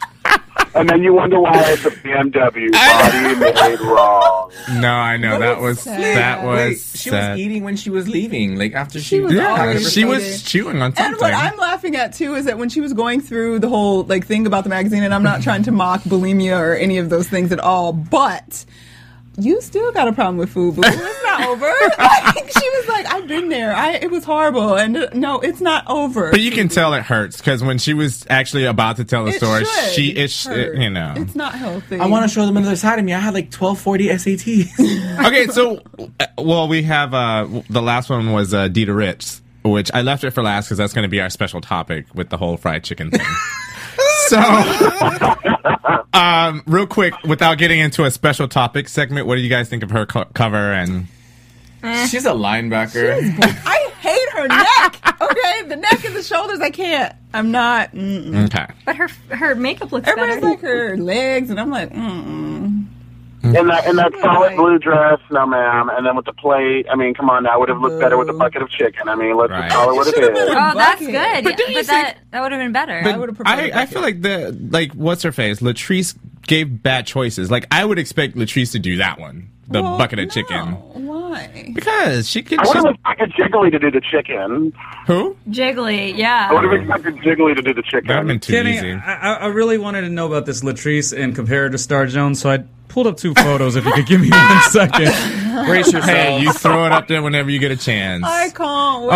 Speaker 7: And then you wonder why it's a BMW body made wrong.
Speaker 2: No, I know that was
Speaker 3: sad.
Speaker 2: that was
Speaker 4: Wait, she
Speaker 2: sad.
Speaker 4: was eating when she was leaving, like after she.
Speaker 3: She was
Speaker 2: Yeah,
Speaker 3: always
Speaker 2: she
Speaker 3: eating.
Speaker 2: was chewing on something.
Speaker 3: And what I'm laughing at too is that when she was going through the whole like thing about the magazine, and I'm not trying to mock bulimia or any of those things at all, but you still got a problem with food, boo. It's not over. like, she was like, "I've been there. I it was horrible." And uh, no, it's not over.
Speaker 2: but you can tell it hurts because when she was actually about to tell the
Speaker 3: It
Speaker 2: story,
Speaker 3: should
Speaker 2: she is,
Speaker 3: hurt.
Speaker 2: you know.
Speaker 3: it's not healthy.
Speaker 4: I want to show them another side of me. I had like twelve forty SATs.
Speaker 2: okay, so uh, well, we have uh w- the last one was uh, Dita Ritz, which I left it for last because that's going to be our special topic with the whole fried chicken thing. so, um, real quick, without getting into a special topic segment, what do you guys think of her co- cover? And
Speaker 3: Eh.
Speaker 4: She's a linebacker.
Speaker 3: I hate her neck. Okay, the neck and the shoulders. I can't. I'm not. Mm-mm.
Speaker 2: okay,
Speaker 6: But her her makeup looks
Speaker 3: Everybody's
Speaker 6: better.
Speaker 3: like her legs, and I'm like, mm-mm.
Speaker 7: In that in that solid blue dress, no ma'am. And then with the plate, I mean, come on, that would have looked better with a bucket of chicken. I mean, let's
Speaker 2: Right.
Speaker 7: just call it what it
Speaker 3: Should've been
Speaker 7: is.
Speaker 3: a-
Speaker 6: oh, that's
Speaker 3: Bucket.
Speaker 2: But
Speaker 6: good. But,
Speaker 2: don't you
Speaker 6: that that would have been better.
Speaker 2: But
Speaker 3: I would've preferred
Speaker 2: I,
Speaker 3: it
Speaker 2: I
Speaker 3: back
Speaker 2: feel like the like what's her face Latrice gave bad choices. Like I would expect Latrice to do that one, the
Speaker 3: Well,
Speaker 2: bucket of
Speaker 3: no.
Speaker 2: chicken,
Speaker 3: Why?
Speaker 2: because she could.
Speaker 7: I would
Speaker 2: she's-
Speaker 7: have expected Jiggly to do the chicken.
Speaker 2: who?
Speaker 6: Jiggly,
Speaker 7: I would
Speaker 6: yeah.
Speaker 7: have expected Jiggly to do the chicken.
Speaker 2: That meant too
Speaker 5: Kenny,
Speaker 2: easy.
Speaker 5: I, I I really wanted to know about this Latrice and compare her to Star Jones, so I pulled up two photos. if you could give me one second.
Speaker 4: Brace yourself.
Speaker 2: hey, you throw it up there whenever you get a chance.
Speaker 3: I can't wait.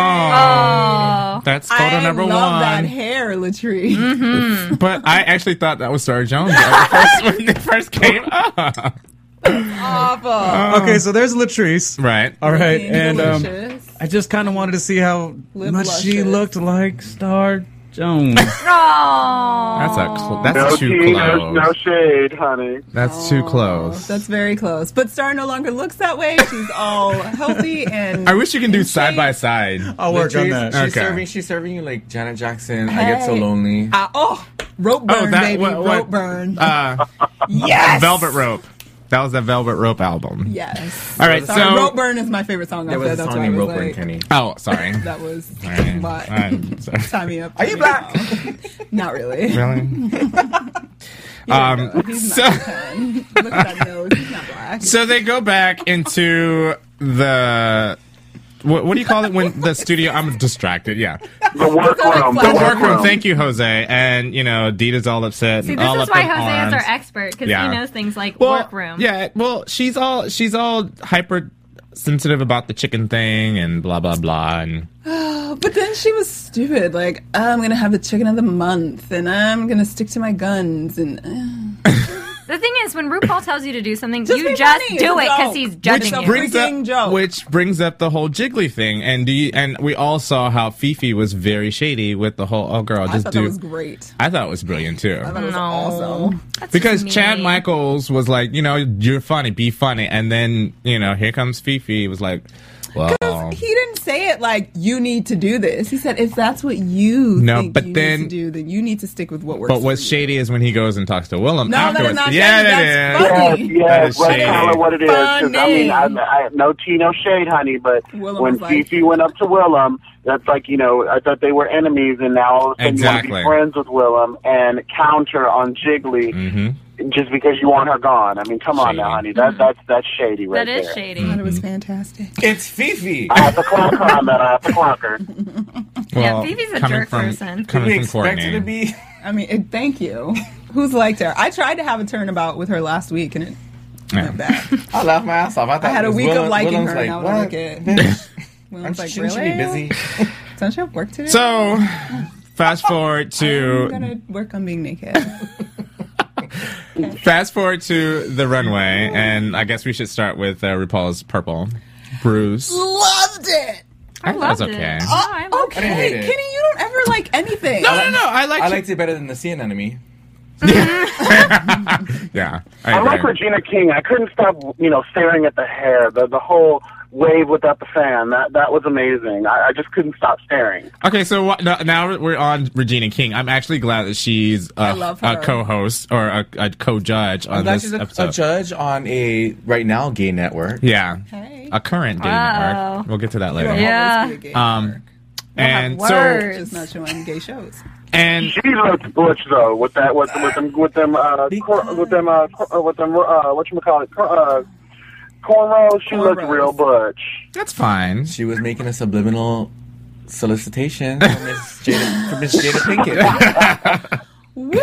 Speaker 2: Oh, that's photo
Speaker 3: I
Speaker 2: number
Speaker 3: love
Speaker 2: one. Mm-hmm. Hmm.
Speaker 3: that hair, Latrice.
Speaker 2: But I actually thought that was Sarah Jones at the first, when it first came up.
Speaker 3: Awful.
Speaker 2: Uh,
Speaker 5: Okay, so there's Latrice.
Speaker 2: Right.
Speaker 5: All right, and um,
Speaker 3: Delicious.
Speaker 5: I just kind of wanted to see how
Speaker 3: Lip
Speaker 5: much she
Speaker 3: luscious.
Speaker 5: looked like Star Jones.
Speaker 6: Oh,
Speaker 2: That's a cl- that's
Speaker 7: No
Speaker 2: too
Speaker 7: tea, no,
Speaker 2: close.
Speaker 7: no shade, honey.
Speaker 2: that's too close.
Speaker 3: Oh, that's very close. But Star no longer looks that way. She's all healthy and
Speaker 2: I wish you can do side by side.
Speaker 5: I'll work on
Speaker 4: She's,
Speaker 5: that.
Speaker 4: she's
Speaker 2: Okay.
Speaker 4: serving. She's serving you like Janet Jackson. I get so
Speaker 3: Hey.
Speaker 4: lonely.
Speaker 3: Ah, oh, rope burn, baby,
Speaker 2: what- what-
Speaker 3: rope burn.
Speaker 2: Uh,
Speaker 3: yes,
Speaker 2: Velvet Rope. That was the Velvet Rope album.
Speaker 3: Yes.
Speaker 2: All right,
Speaker 3: Sorry,
Speaker 2: so
Speaker 3: rope burn is my favorite song.
Speaker 4: There
Speaker 3: off
Speaker 4: was a
Speaker 3: That's
Speaker 4: song
Speaker 3: why I
Speaker 4: named
Speaker 3: was
Speaker 4: Roper and
Speaker 3: like-
Speaker 4: Kenny.
Speaker 2: oh, sorry.
Speaker 3: That was
Speaker 2: All right.
Speaker 3: but
Speaker 2: I'm sorry.
Speaker 3: tie me up.
Speaker 4: Are you black?
Speaker 3: Not really.
Speaker 2: Really?
Speaker 3: No,
Speaker 2: um,
Speaker 3: he's
Speaker 2: so,
Speaker 3: not tan. Look at that nose. He's not black.
Speaker 2: so they go back into the. What, what do you call it when the studio? I'm distracted. Yeah,
Speaker 7: The workroom.
Speaker 3: The
Speaker 2: the workroom. Thank you, Jose. And you know, Dita's all upset.
Speaker 6: See,
Speaker 2: and
Speaker 6: this
Speaker 2: all
Speaker 6: is
Speaker 2: up
Speaker 6: why
Speaker 2: in
Speaker 6: Jose
Speaker 2: arms.
Speaker 6: is our expert because
Speaker 2: Yeah.
Speaker 6: he knows things like
Speaker 2: well,
Speaker 6: workroom.
Speaker 2: Yeah, well, she's all she's all hyper sensitive about the chicken thing and blah blah blah. And
Speaker 3: But then she was stupid. Like, oh, I'm gonna have the chicken of the month, and I'm gonna stick to my guns, and uh,
Speaker 6: The thing is, when RuPaul tells you to do something,
Speaker 3: Just be
Speaker 6: you just
Speaker 3: funny.
Speaker 6: do
Speaker 3: It's
Speaker 6: it
Speaker 3: a
Speaker 6: because
Speaker 3: joke.
Speaker 6: he's
Speaker 3: Which
Speaker 6: judging
Speaker 3: is
Speaker 6: you.
Speaker 3: brings up- Freaking joke.
Speaker 2: which brings up the whole jiggly thing. And do you, and we all saw how Fifi was very shady with the whole. Oh, girl,
Speaker 3: I
Speaker 2: just
Speaker 3: thought
Speaker 2: do.
Speaker 3: that was great.
Speaker 2: I thought it was brilliant too.
Speaker 3: That was
Speaker 6: No.
Speaker 3: awesome.
Speaker 6: That's
Speaker 2: Because
Speaker 6: just
Speaker 2: Chad
Speaker 6: mean.
Speaker 2: Michaels was like, you know, you're funny, be funny, and then you know, here comes Fifi. Was like, well,
Speaker 3: He didn't say it like you need to do this. He said if that's what you
Speaker 2: No,
Speaker 3: think
Speaker 2: but
Speaker 3: you
Speaker 2: then-
Speaker 3: need to do, then you need to stick with what works.
Speaker 2: but what's
Speaker 3: for you.
Speaker 2: shady is when he goes and talks to Willem
Speaker 3: No, that is
Speaker 2: afterwards.
Speaker 3: not
Speaker 2: yeah,
Speaker 3: shady,
Speaker 2: that
Speaker 3: that's
Speaker 2: is.
Speaker 3: funny.
Speaker 7: Yes, yes,
Speaker 2: That is
Speaker 7: let's call
Speaker 2: shady.
Speaker 7: it what it is. 'cause, I mean, I,
Speaker 3: Funny.
Speaker 7: I, no tea, no shade, honey. But
Speaker 3: Willem
Speaker 7: when
Speaker 3: was like-
Speaker 7: Fifi went up to Willem, that's like you know, I thought they were enemies, and now all of a sudden you
Speaker 2: Exactly.
Speaker 7: want to be friends with Willem and counter on Jiggly
Speaker 2: Mm-hmm.
Speaker 7: just because you want her gone. I mean, come on now, honey. That that's that's shady, right
Speaker 6: That is
Speaker 7: there.
Speaker 6: shady.
Speaker 3: It was fantastic.
Speaker 4: It's Fifi.
Speaker 7: I have to clock her on that. I have to clock her.
Speaker 6: Yeah,
Speaker 2: Well,
Speaker 6: Fifi's a
Speaker 2: coming
Speaker 6: jerk
Speaker 2: from-
Speaker 6: person.
Speaker 2: Coming
Speaker 4: We
Speaker 2: from
Speaker 4: expect her
Speaker 2: Courtney.
Speaker 4: to be.
Speaker 3: I mean, it, thank you. Who's liked her? I tried to have a turnabout with her last week, and it went bad.
Speaker 4: I laughed my ass off. I, thought
Speaker 3: had
Speaker 4: it
Speaker 3: a
Speaker 4: was
Speaker 3: week of
Speaker 4: Willem-
Speaker 3: liking
Speaker 4: Willem's
Speaker 3: her,
Speaker 4: Like,
Speaker 3: and I was
Speaker 4: what?
Speaker 3: like, eh.
Speaker 4: Bitch,
Speaker 3: Willem's like,
Speaker 4: shouldn't she
Speaker 3: really?
Speaker 4: be busy?
Speaker 3: Don't you have work today?
Speaker 2: So, fast forward
Speaker 3: I'm
Speaker 2: to
Speaker 3: gonna work on being naked.
Speaker 2: fast forward to the runway, and I guess we should start with uh, RuPaul's purple bruise.
Speaker 3: Loved it.
Speaker 6: I
Speaker 2: That's
Speaker 6: loved
Speaker 2: okay.
Speaker 6: it.
Speaker 3: Oh,
Speaker 6: No, I loved
Speaker 3: okay,
Speaker 4: hate it.
Speaker 3: Kenny, you don't ever like anything.
Speaker 2: No, no, no. I like.
Speaker 4: I liked it better than the sea anemone.
Speaker 2: Yeah.
Speaker 7: I'm like
Speaker 2: agree.
Speaker 7: Regina King. I couldn't stop, you know, staring at the hair, the the whole wave without the fan. That that was amazing. I, I just couldn't stop staring.
Speaker 2: Okay, so what, no- now we're on Regina King. I'm actually glad that she's a,
Speaker 3: love
Speaker 2: a
Speaker 3: her.
Speaker 2: co-host or a, a co-judge on
Speaker 4: I'm glad
Speaker 2: this
Speaker 4: she's a,
Speaker 2: episode.
Speaker 4: a judge on a right now gay network.
Speaker 2: Yeah,
Speaker 3: Hey.
Speaker 2: a current gay
Speaker 6: Wow.
Speaker 2: network. We'll get to that later.
Speaker 6: Yeah.
Speaker 2: Um, and so
Speaker 6: words.
Speaker 3: just not showing gay shows.
Speaker 2: and
Speaker 7: She looked butch though with that with with them with them uh, cor- with them uh, cor- uh, with them uh, what you call it uh, cornrows. She looked
Speaker 3: Cornrows.
Speaker 7: real butch.
Speaker 2: that's fine.
Speaker 4: She was making a subliminal solicitation for Miss Jada, for Miss Jada Pinkett.
Speaker 3: Woo!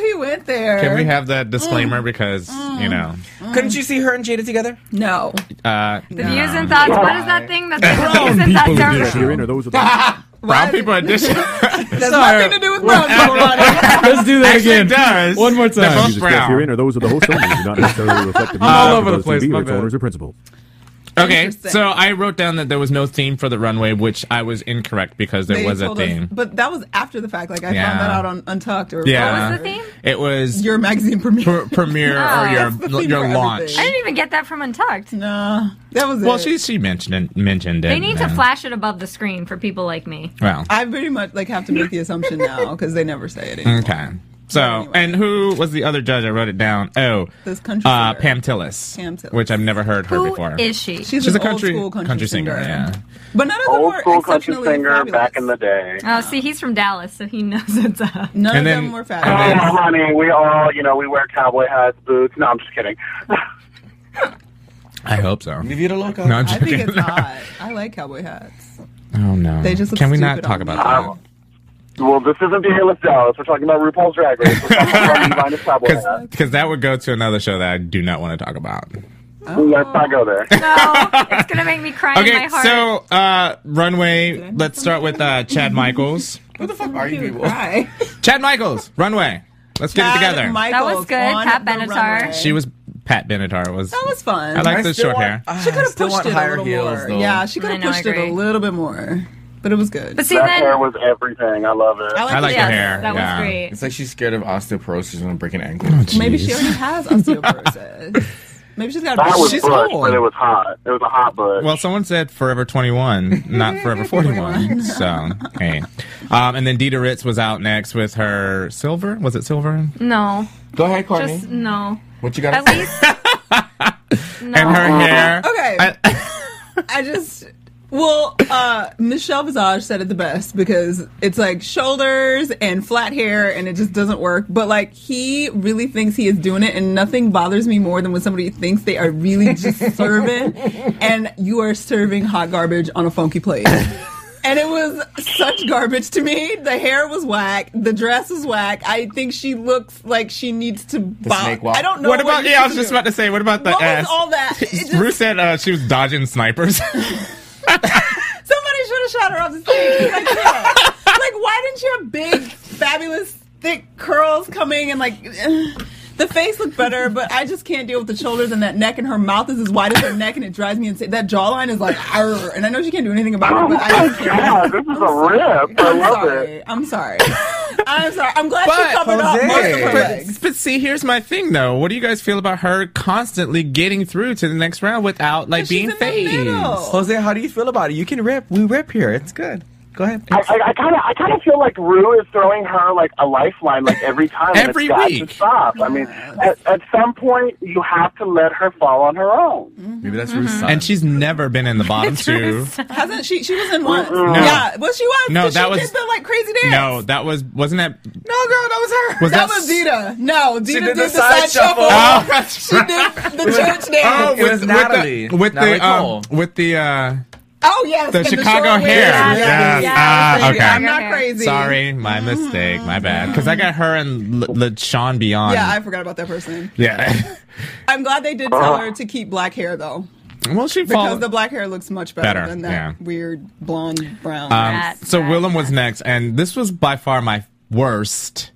Speaker 3: He went there.
Speaker 2: Can we have that disclaimer because you know?
Speaker 4: Couldn't you see her and Jada together?
Speaker 3: no.
Speaker 2: Uh,
Speaker 6: The views and thoughts. What is that thing? That's the views and thoughts. are-
Speaker 8: Sharon, are those with us?
Speaker 2: brown people edition.
Speaker 3: That's
Speaker 5: Sorry.
Speaker 3: nothing to do with brown people. Ronnie.
Speaker 5: Let's do that
Speaker 2: Actually
Speaker 5: again.
Speaker 2: does.
Speaker 5: One more time.
Speaker 2: They're both
Speaker 8: Jesus guest herein
Speaker 2: brown.
Speaker 8: are those of the host only, do not necessarily reflect the views
Speaker 5: all
Speaker 8: of
Speaker 5: over the
Speaker 8: those
Speaker 5: place,
Speaker 8: TV
Speaker 5: my
Speaker 8: or its
Speaker 5: bad.
Speaker 8: owners or principals.
Speaker 2: Okay,
Speaker 3: Interesting.
Speaker 2: so I wrote down that there was no theme for the runway, which I was incorrect because there
Speaker 3: They
Speaker 2: was a
Speaker 3: told us-
Speaker 2: theme.
Speaker 3: but that was after the fact. Like I
Speaker 2: Yeah.
Speaker 3: found that out on Untucked or
Speaker 2: yeah,
Speaker 6: What was the theme?
Speaker 2: It was
Speaker 3: your magazine premiere.
Speaker 2: pr- premiere or
Speaker 6: Oh.
Speaker 2: your
Speaker 3: That's the theme
Speaker 2: your
Speaker 3: for
Speaker 2: launch.
Speaker 3: everything.
Speaker 6: I didn't even get that from Untucked.
Speaker 3: Nah, that was
Speaker 2: Well,
Speaker 3: it.
Speaker 2: she she mentioned it, mentioned it.
Speaker 6: They need to
Speaker 2: and-
Speaker 6: flash it above the screen for people like me.
Speaker 2: Well,
Speaker 3: I pretty much like have to make the assumption now because they never say it. Anymore.
Speaker 2: okay. So,
Speaker 3: Anyway.
Speaker 2: and who was the other judge? I wrote it down. Oh,
Speaker 3: This country
Speaker 2: uh,
Speaker 3: singer.
Speaker 2: Pam Tillis,
Speaker 3: Pam Tillis.
Speaker 2: which I've never heard her
Speaker 6: Who
Speaker 2: before.
Speaker 6: is she?
Speaker 3: She's,
Speaker 2: She's
Speaker 3: an
Speaker 2: a country-
Speaker 3: old school country,
Speaker 2: country singer,
Speaker 3: singer.
Speaker 2: yeah.
Speaker 3: But none of them
Speaker 7: Old
Speaker 3: were
Speaker 7: school country
Speaker 3: exceptionally
Speaker 7: singer
Speaker 3: fabulous.
Speaker 7: back in the day.
Speaker 6: Oh, see, he's from Dallas, so he knows what's up.
Speaker 3: None
Speaker 2: And
Speaker 3: of
Speaker 2: then-
Speaker 3: them were
Speaker 7: Oh,
Speaker 2: and
Speaker 3: fabulous.
Speaker 2: then-
Speaker 7: honey, we all, you know, we wear cowboy hats, boots. No, I'm just kidding.
Speaker 2: I hope so.
Speaker 4: Leave you to look
Speaker 2: No, I'm
Speaker 3: I think
Speaker 2: joking.
Speaker 3: it's hot. I like cowboy hats.
Speaker 2: Oh no.
Speaker 3: They just look
Speaker 2: Can we not
Speaker 3: stupid
Speaker 2: talk
Speaker 3: on
Speaker 2: about
Speaker 7: them.
Speaker 2: that?
Speaker 7: Um, Well, this isn't the A-list Dallas. We're talking about RuPaul's Drag Race. We're talking about Levi's cowboy hat.
Speaker 2: Because that would go to another show that I do not want to talk about.
Speaker 7: Let's not go there.
Speaker 6: No, it's gonna make me cry in my
Speaker 2: Okay,
Speaker 6: heart.
Speaker 2: so uh, runway. Let's start with uh, Chad Michaels.
Speaker 4: Who the fuck are you people?
Speaker 3: Right.
Speaker 2: Chad Michaels, runway. Let's get it together.
Speaker 6: That was good. Pat Benatar.
Speaker 2: she was Pat Benatar was.
Speaker 3: That was fun.
Speaker 2: I like the
Speaker 4: still
Speaker 2: short
Speaker 4: want-
Speaker 2: hair.
Speaker 4: ah,
Speaker 3: she could
Speaker 4: I
Speaker 3: have
Speaker 4: still
Speaker 3: pushed
Speaker 4: want
Speaker 3: it a
Speaker 4: higher
Speaker 3: little
Speaker 4: heels,
Speaker 3: more.
Speaker 4: though.
Speaker 3: Yeah, she could
Speaker 6: I
Speaker 3: have
Speaker 6: know, I
Speaker 3: pushed it a
Speaker 6: agree.
Speaker 3: little bit more, but it was good.
Speaker 6: but see,
Speaker 7: That hair
Speaker 6: then
Speaker 7: was everything. I love it.
Speaker 3: Oh,
Speaker 2: I like
Speaker 6: yes,
Speaker 2: the hair.
Speaker 6: that
Speaker 2: yeah.
Speaker 6: was great.
Speaker 4: It's like she's scared of osteoporosis and breaking ankles.
Speaker 3: Maybe she already has osteoporosis. Maybe she's got.
Speaker 7: That was
Speaker 2: She's
Speaker 7: butch,
Speaker 2: old.
Speaker 7: but it was hot. It was a hot butch.
Speaker 2: Well, someone said Forever 21, not Forever 41. so, hey. Um, and then Dita Ritz was out next with her silver. Was it silver?
Speaker 6: No,
Speaker 4: Go ahead, Courtney.
Speaker 6: just no.
Speaker 4: what you got
Speaker 6: At
Speaker 4: to say?
Speaker 6: least no.
Speaker 2: And her hair.
Speaker 3: Okay. I, just well, uh, Michelle Visage said it the best because it's like shoulders and flat hair, and it just doesn't work. But like he really thinks he is doing it, and nothing bothers me more than when somebody thinks they are really just serving, and you are serving hot garbage on a funky plate. And it was such garbage to me. The hair was whack. The dress was whack. I think she looks like she needs to. bow-
Speaker 4: snake walk.
Speaker 3: I don't know.
Speaker 2: What about,
Speaker 3: you
Speaker 2: yeah, I
Speaker 3: should
Speaker 2: was just
Speaker 3: do.
Speaker 2: about to say, what about the
Speaker 3: What
Speaker 2: ass?
Speaker 3: was all that? It just-
Speaker 2: Ruth said uh, she was dodging snipers.
Speaker 3: Somebody should have shot her off the stage. Like, yeah. like, why didn't you have big, fabulous, thick curls coming and like? The face looked better, but I just can't deal with the shoulders and that neck, and her mouth is as wide as her neck, and it drives me insane. That jawline is like, Arr, and I know she can't do anything
Speaker 7: oh
Speaker 3: about it, but I
Speaker 7: my
Speaker 3: just can't.
Speaker 7: god, this is a rip. I
Speaker 3: I'm
Speaker 7: love
Speaker 3: sorry.
Speaker 7: it.
Speaker 3: I'm sorry. I'm sorry. I'm glad she covered up most of her
Speaker 2: but,
Speaker 3: legs.
Speaker 2: but see, here's my thing though. What do you guys feel about her constantly getting through to the next round without like
Speaker 3: But she's
Speaker 2: being
Speaker 3: in the middle.
Speaker 2: phased?
Speaker 4: Jose, how do you feel about it? You can rip. We rip here. It's good. Go ahead.
Speaker 7: I- I kind of, I kind of feel like Rue is throwing her like a lifeline, like every time. and
Speaker 2: Every
Speaker 7: it's got
Speaker 2: week.
Speaker 7: to stop. I mean, at, at some point, you have to let her fall on her own.
Speaker 4: Maybe that's
Speaker 6: Mm-hmm.
Speaker 4: Ruth's son.
Speaker 2: And she's never been in the bottom two.
Speaker 3: Hasn't she? She was in once.
Speaker 7: No.
Speaker 3: Yeah, well, she was.
Speaker 2: No,
Speaker 3: 'cause
Speaker 2: that
Speaker 3: she
Speaker 2: was-
Speaker 3: did the like crazy dance.
Speaker 2: No, that was wasn't that
Speaker 4: no, girl, that was her.
Speaker 2: was that,
Speaker 3: that, was Dita. No, Dita
Speaker 4: did
Speaker 3: did,
Speaker 4: the
Speaker 3: the
Speaker 4: side
Speaker 3: side, shuffle.
Speaker 4: shuffle.
Speaker 2: Oh, that's
Speaker 3: She did the church dance.
Speaker 2: Oh,
Speaker 4: It was
Speaker 2: the-
Speaker 4: Natalie.
Speaker 2: the with
Speaker 4: Natalie
Speaker 2: the um,
Speaker 4: Cole.
Speaker 2: with the uh,
Speaker 3: Oh yes,
Speaker 2: The
Speaker 3: and
Speaker 2: Chicago
Speaker 3: short
Speaker 2: hair. Yes,
Speaker 3: wig.
Speaker 2: Yes. yes. Ah,
Speaker 3: Yes.
Speaker 2: okay.
Speaker 3: I'm not crazy.
Speaker 2: sorry, my mistake, my bad. Because I got her and L- L- Sean Beyond.
Speaker 3: Yeah, I forgot about that person.
Speaker 2: yeah.
Speaker 3: I'm glad they did tell her to keep black hair though,
Speaker 2: well, she
Speaker 3: because
Speaker 2: followed.
Speaker 3: the black hair looks much better,
Speaker 2: Oh. Better,
Speaker 3: than that
Speaker 2: yeah.
Speaker 3: weird blonde brown.
Speaker 2: Um, so
Speaker 6: That's
Speaker 2: Willem was next, and this was by far my worst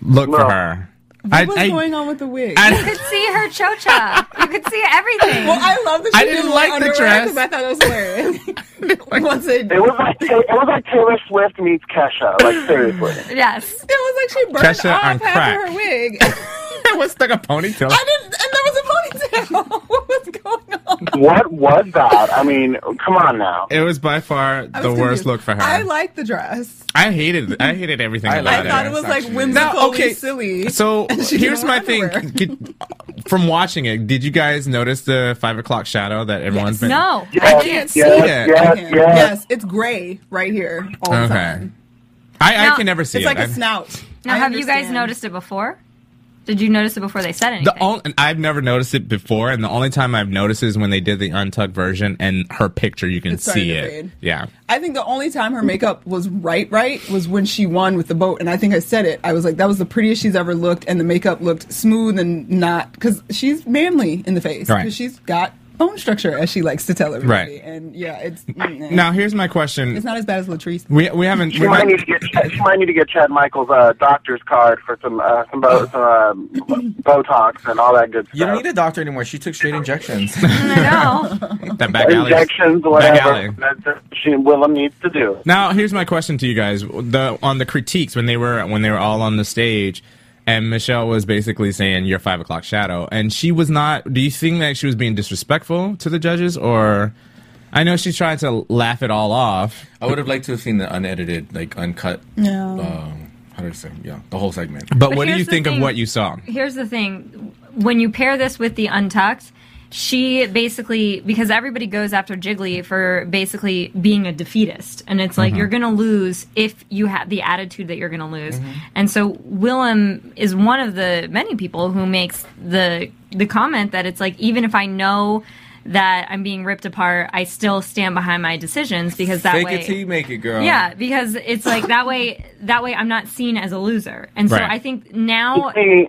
Speaker 2: look for
Speaker 7: Well,
Speaker 2: her. I,
Speaker 3: What's
Speaker 2: I-
Speaker 3: going on with the wig?
Speaker 2: I-
Speaker 6: You could see her chocha. You could see everything.
Speaker 3: well, I love that she
Speaker 2: I didn't
Speaker 3: wear
Speaker 2: like the
Speaker 3: underwear
Speaker 2: dress.
Speaker 3: 'cause I thought it was hilarious. Once it,
Speaker 7: It was like it was like Taylor Swift meets Kesha. Like seriously,
Speaker 6: yes.
Speaker 3: it was like she burned
Speaker 2: Kesha
Speaker 3: off
Speaker 2: on
Speaker 3: half of
Speaker 2: crack.
Speaker 3: her wig.
Speaker 2: I was stuck a ponytail.
Speaker 3: I didn't, and there was a ponytail. what was going on?
Speaker 7: what was that? I mean, come on now.
Speaker 2: It was by far
Speaker 3: I
Speaker 2: the worst
Speaker 3: was confused.
Speaker 2: look for her.
Speaker 3: I like the dress.
Speaker 2: I hated. it. I hated everything
Speaker 4: I
Speaker 2: about
Speaker 4: like
Speaker 3: I thought
Speaker 4: dress,
Speaker 3: it was like
Speaker 4: actually.
Speaker 3: whimsical,
Speaker 2: Now, okay,
Speaker 3: silly.
Speaker 2: So
Speaker 3: And she
Speaker 2: here's
Speaker 3: didn't
Speaker 2: my
Speaker 3: wear
Speaker 2: thing.
Speaker 3: underwear.
Speaker 2: Get- from watching it, did you guys notice the five o'clock shadow that everyone's been?
Speaker 6: No.
Speaker 7: Yes,
Speaker 3: can't see
Speaker 7: yes,
Speaker 2: it.
Speaker 7: Yes,
Speaker 3: Okay.
Speaker 7: yes,
Speaker 3: Yes, it's gray right here all the
Speaker 2: Okay.
Speaker 3: time.
Speaker 2: I, I
Speaker 6: Now-
Speaker 2: can never see
Speaker 3: It's
Speaker 2: it.
Speaker 3: like a
Speaker 2: I've-
Speaker 3: snout.
Speaker 6: Now,
Speaker 3: I
Speaker 6: have you guys
Speaker 3: understand.
Speaker 6: noticed it before? Did you notice it before they said anything?
Speaker 2: The only, and I've never noticed it before, and the only time I've noticed is when they did the untucked version and her picture. You can
Speaker 3: It's starting
Speaker 2: see
Speaker 3: to
Speaker 2: it.
Speaker 3: fade.
Speaker 2: Yeah.
Speaker 3: I think the only time her makeup was right, right was when she won with the boat, and I think I said it. I was like, that was the prettiest she's ever looked, and the makeup looked smooth and not because she's manly in the face,
Speaker 2: Right.
Speaker 3: 'cause she's got bone structure, as she likes to tell everybody.
Speaker 2: Right.
Speaker 3: And yeah, it's mm, eh.
Speaker 2: Now here's my question.
Speaker 3: it's not as bad as Latrice.
Speaker 2: we we haven't.
Speaker 7: She
Speaker 2: we're
Speaker 7: might
Speaker 2: not-
Speaker 7: need to get Chad- she might need to get Chad Michaels' uh, doctor's card for some uh, some, bo- some um, Botox and all that good stuff.
Speaker 4: You don't need a doctor anymore. She took straight injections.
Speaker 6: I know.
Speaker 2: that back alley.
Speaker 7: injections,
Speaker 2: Back
Speaker 7: whatever.
Speaker 2: alley.
Speaker 7: That's what she Willem needs to do.
Speaker 2: Now, here's my question to you guys: the on the critiques when they were when they were all on the stage, and Michelle was basically saying "You're five o'clock shadow," and she was not. Do you think that she was being disrespectful to the judges, or I know she tried to laugh it all off.
Speaker 4: I would have liked to have seen the unedited, like uncut.
Speaker 3: No.
Speaker 4: Um, how do I say? Yeah, the whole segment.
Speaker 2: But,
Speaker 6: But
Speaker 2: what do
Speaker 6: here's
Speaker 2: you
Speaker 6: the
Speaker 2: think of
Speaker 6: thing.
Speaker 2: what you saw?
Speaker 6: Here's the thing when you pair this with the Untucked, she basically, because everybody goes after Jiggly for basically being a defeatist. And it's
Speaker 4: Mm-hmm.
Speaker 6: like, you're going to lose if you have the attitude that you're going to lose.
Speaker 4: Mm-hmm.
Speaker 6: And so Willem is one of the many people who makes the, the comment that it's like, even if I know that I'm being ripped apart, I still stand behind my decisions because that
Speaker 4: Take
Speaker 6: way.
Speaker 4: it till you make it, girl.
Speaker 6: Yeah, because it's like that way. That way, I'm not seen as a loser, and so
Speaker 2: Right.
Speaker 6: I think now.
Speaker 7: See,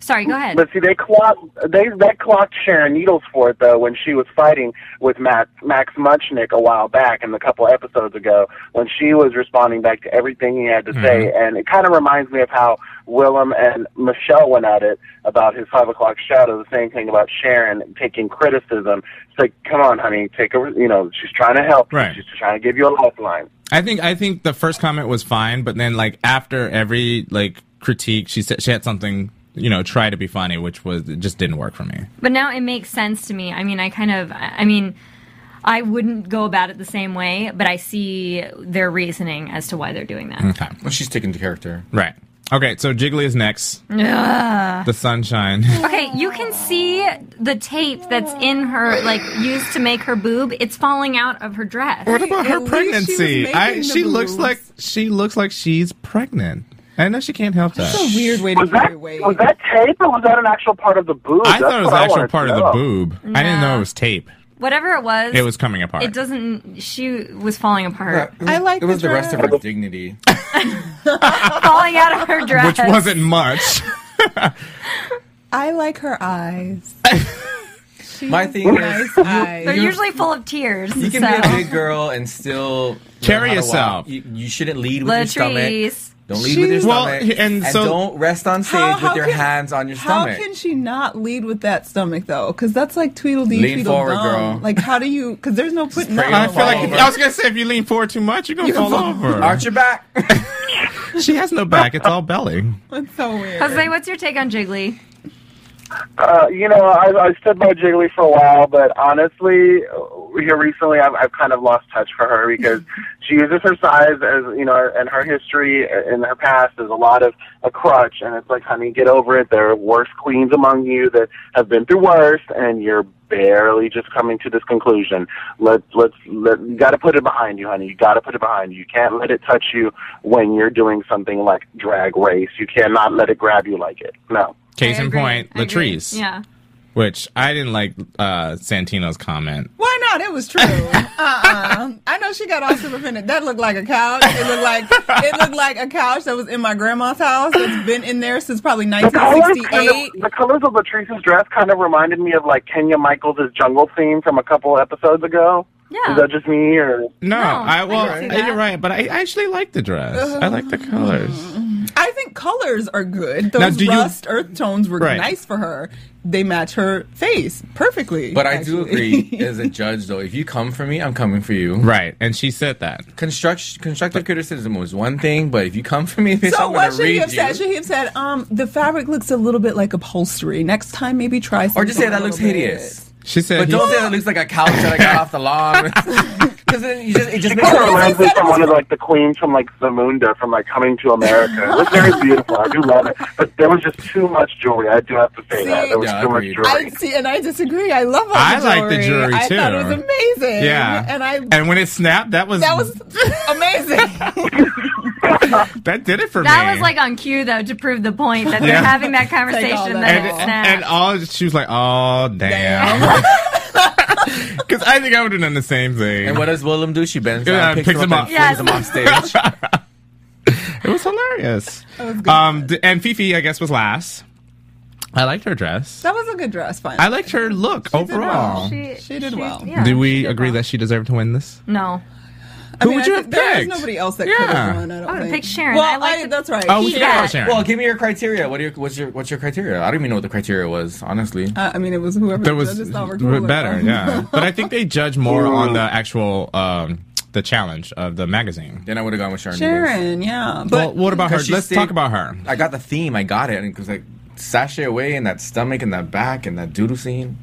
Speaker 6: Sorry, go ahead.
Speaker 7: but see, they clocked they they clocked Sharon Needles for it though when she was fighting with Max Max Munchnick a while back and a couple episodes ago when she was responding back to everything he had to
Speaker 2: Mm-hmm.
Speaker 7: say, and it kind of reminds me of how Willem and Michelle went at it about his five o'clock shadow. The same thing about Sharon taking criticism. It's like, come on, honey, take a you know she's trying to help, you.
Speaker 2: Right.
Speaker 7: she's trying to give you a lifeline.
Speaker 2: I think I think the first comment was fine, but then like after every like critique, she said she had something you know try to be funny, which was it just didn't work for me.
Speaker 6: But now it makes sense to me. I mean, I kind of. I mean, I wouldn't go about it the same way, but I see their reasoning as to why they're doing that.
Speaker 2: Okay.
Speaker 4: Well, she's taking the character.
Speaker 2: Right. Okay, so Jiggly is next. The sunshine.
Speaker 6: Okay, you can see the tape that's in her, like used to make her boob. It's falling out of her dress.
Speaker 2: What about her
Speaker 3: At least she was
Speaker 2: pregnancy?
Speaker 3: making
Speaker 2: I
Speaker 3: the
Speaker 2: she looks
Speaker 3: moves.
Speaker 2: like she looks like she's pregnant. I know she can't help that.
Speaker 3: It's a weird way to
Speaker 7: Was that
Speaker 3: carry weight.
Speaker 7: was that tape or was that an actual part of the boob?
Speaker 2: I
Speaker 7: That's
Speaker 2: thought it was
Speaker 7: what
Speaker 2: the
Speaker 7: I
Speaker 2: actual
Speaker 7: wanted
Speaker 2: part
Speaker 7: to
Speaker 2: of the
Speaker 7: know.
Speaker 2: boob. I didn't know it was tape.
Speaker 6: Whatever it was,
Speaker 2: It was coming apart.
Speaker 6: It doesn't. She was falling apart,
Speaker 4: It was-
Speaker 3: I like
Speaker 4: It was
Speaker 3: the
Speaker 4: the rest of her
Speaker 3: dress.
Speaker 4: dignity.
Speaker 6: falling out of her dress.
Speaker 2: which wasn't much.
Speaker 3: I like her eyes. She's
Speaker 4: My thing is,
Speaker 3: nice eyes.
Speaker 6: They're usually full of tears.
Speaker 4: you can
Speaker 6: so.
Speaker 4: be a big girl and still learn
Speaker 2: Carry
Speaker 4: how to walk.
Speaker 2: yourself.
Speaker 4: You, you shouldn't lead with your stomach.
Speaker 6: Latrice.
Speaker 4: Don't lead with your
Speaker 3: She-
Speaker 2: Well,
Speaker 4: stomach.
Speaker 2: he- and so-
Speaker 4: don't rest on stage
Speaker 3: How-
Speaker 4: with
Speaker 3: how
Speaker 4: your
Speaker 3: can-
Speaker 4: hands on your stomach.
Speaker 3: How can she not lead with that stomach though? Because that's like Tweedledee,
Speaker 4: Lean
Speaker 3: Tweedledom.
Speaker 4: forward, girl.
Speaker 3: Like, how do you? Because there's no putting that.
Speaker 4: pray on
Speaker 2: I
Speaker 4: Don't
Speaker 2: feel like
Speaker 4: fall
Speaker 2: I was gonna say if you lean forward too much, you're gonna fall, over.
Speaker 4: Arch your back.
Speaker 2: She has no back; it's all belly.
Speaker 3: That's so weird.
Speaker 6: Jose, what's your take on Jiggly?
Speaker 7: Uh, you know, I, I stood by Jiggly for a while, but honestly, uh, here recently, I've, I've kind of lost touch for her because she uses her size as you know, and her history in her past is a lot of a crutch. And it's like, honey, get over it. There are worse queens among you that have been through worse, and you're barely just coming to this conclusion. Let's let's let you got to put it behind you, honey. You got to put it behind you. You can't let it touch you when you're doing something like drag race. You cannot let it grab you like it. No.
Speaker 2: Case
Speaker 6: I
Speaker 2: in
Speaker 6: agree.
Speaker 2: point,
Speaker 6: I agree.
Speaker 2: Latrice,
Speaker 6: Yeah.
Speaker 2: which I didn't like uh, Santino's comment.
Speaker 3: Why not? It was true. Uh-uh. I know she got all super offended. That looked like a couch. It looked like it looked like a couch that was in my grandma's house. It's been in there since probably
Speaker 7: The colors, kind
Speaker 3: 1968.
Speaker 7: of, the colors of Latrice's dress kind of reminded me of like Kenya Michaels' jungle theme from a couple episodes ago.
Speaker 6: Yeah.
Speaker 7: Is that just me or?
Speaker 2: No,
Speaker 6: No,
Speaker 2: I
Speaker 6: I
Speaker 2: well,
Speaker 6: can see
Speaker 2: you're
Speaker 6: that.
Speaker 2: right, but I actually like the dress. I like the colors.
Speaker 3: I think colors are good. Those
Speaker 2: Now, do you-
Speaker 3: rust earth tones were
Speaker 2: Right.
Speaker 3: nice for her. They match her face perfectly.
Speaker 4: But I do
Speaker 3: actually.
Speaker 4: agree, as a judge, though, if you come for me, I'm coming for you.
Speaker 2: Right, and she said that.
Speaker 4: Construct, constructive criticism was one thing, but if you come for me, bitch,
Speaker 3: so
Speaker 4: I'm gonna
Speaker 3: what should he
Speaker 4: read
Speaker 3: have
Speaker 4: you.
Speaker 3: said? Should he have said, um, the fabric looks a little bit like upholstery. Next time, maybe try something.
Speaker 4: or just say
Speaker 3: a
Speaker 4: that
Speaker 3: little
Speaker 4: looks
Speaker 3: bit."
Speaker 4: hideous.
Speaker 2: She said,
Speaker 4: But
Speaker 2: he-
Speaker 4: don't say that looks like a couch that I got off the lawn. Because then you just, it just makes
Speaker 7: Kind
Speaker 4: it
Speaker 7: of reminds me
Speaker 4: worse.
Speaker 7: of someone of like the queen from like Zamunda from like Coming to America. It was very beautiful. I do love it, but there was just too much jewelry. I do have to say that there was
Speaker 4: Yeah,
Speaker 7: too much
Speaker 4: agreed.
Speaker 7: jewelry.
Speaker 3: I see, and I disagree. I love all
Speaker 2: I
Speaker 3: the
Speaker 2: like the
Speaker 3: jewelry.
Speaker 2: jewelry,
Speaker 3: I thought it was
Speaker 2: too.
Speaker 3: amazing.
Speaker 2: yeah,
Speaker 3: and I
Speaker 2: and when it snapped, that was
Speaker 3: that was amazing.
Speaker 2: that did it for me.
Speaker 6: That was like on cue though to prove the point that
Speaker 2: Yeah.
Speaker 6: they're having that conversation
Speaker 3: that
Speaker 6: that
Speaker 2: and,
Speaker 6: it
Speaker 3: off.
Speaker 6: snapped.
Speaker 2: and all she was like, "Oh damn," because I think I would have done the same thing.
Speaker 4: And what does Willem do? She bends
Speaker 2: Yeah,
Speaker 4: down, picks, him up, and
Speaker 6: Yes.
Speaker 4: flings him off stage.
Speaker 2: It was hilarious. um, d- and Fifi, I guess, was last. I liked her dress.
Speaker 3: that was a good dress, fine.
Speaker 2: I liked her look overall.
Speaker 6: she,
Speaker 3: She did well.
Speaker 6: yeah,
Speaker 2: Do
Speaker 6: she
Speaker 2: we
Speaker 6: did
Speaker 2: agree
Speaker 6: well.
Speaker 2: that she deserved to win this?
Speaker 6: No.
Speaker 3: I
Speaker 2: Who
Speaker 3: mean,
Speaker 2: would
Speaker 3: I
Speaker 2: you
Speaker 3: think
Speaker 2: have
Speaker 3: there was
Speaker 2: picked?
Speaker 3: nobody else that
Speaker 2: Yeah.
Speaker 3: could have won. I don't
Speaker 6: I would've
Speaker 3: think.
Speaker 6: picked Sharon.
Speaker 3: Well,
Speaker 6: I liked the-
Speaker 3: that's right.
Speaker 2: Oh, we forgot
Speaker 6: Yeah.
Speaker 2: about Sharon.
Speaker 4: Well, give me your criteria. What are your, what's your what's your criteria? I don't even know what the criteria was, honestly.
Speaker 3: Uh, I mean, it was whoever
Speaker 2: there
Speaker 3: the
Speaker 2: was
Speaker 3: judges thought were
Speaker 2: w-
Speaker 3: cooler.
Speaker 2: better, yeah. But I think they judge more on the actual um, the challenge of the magazine.
Speaker 4: then I would have gone with Sharon. Needles.
Speaker 3: Sharon, yeah.
Speaker 2: Well,
Speaker 3: But
Speaker 2: what about her?
Speaker 4: Because she
Speaker 2: Let's
Speaker 4: stayed-
Speaker 2: talk about her.
Speaker 4: I got the theme. I got it, and it was like sashay away and that stomach and that back and that doodle scene.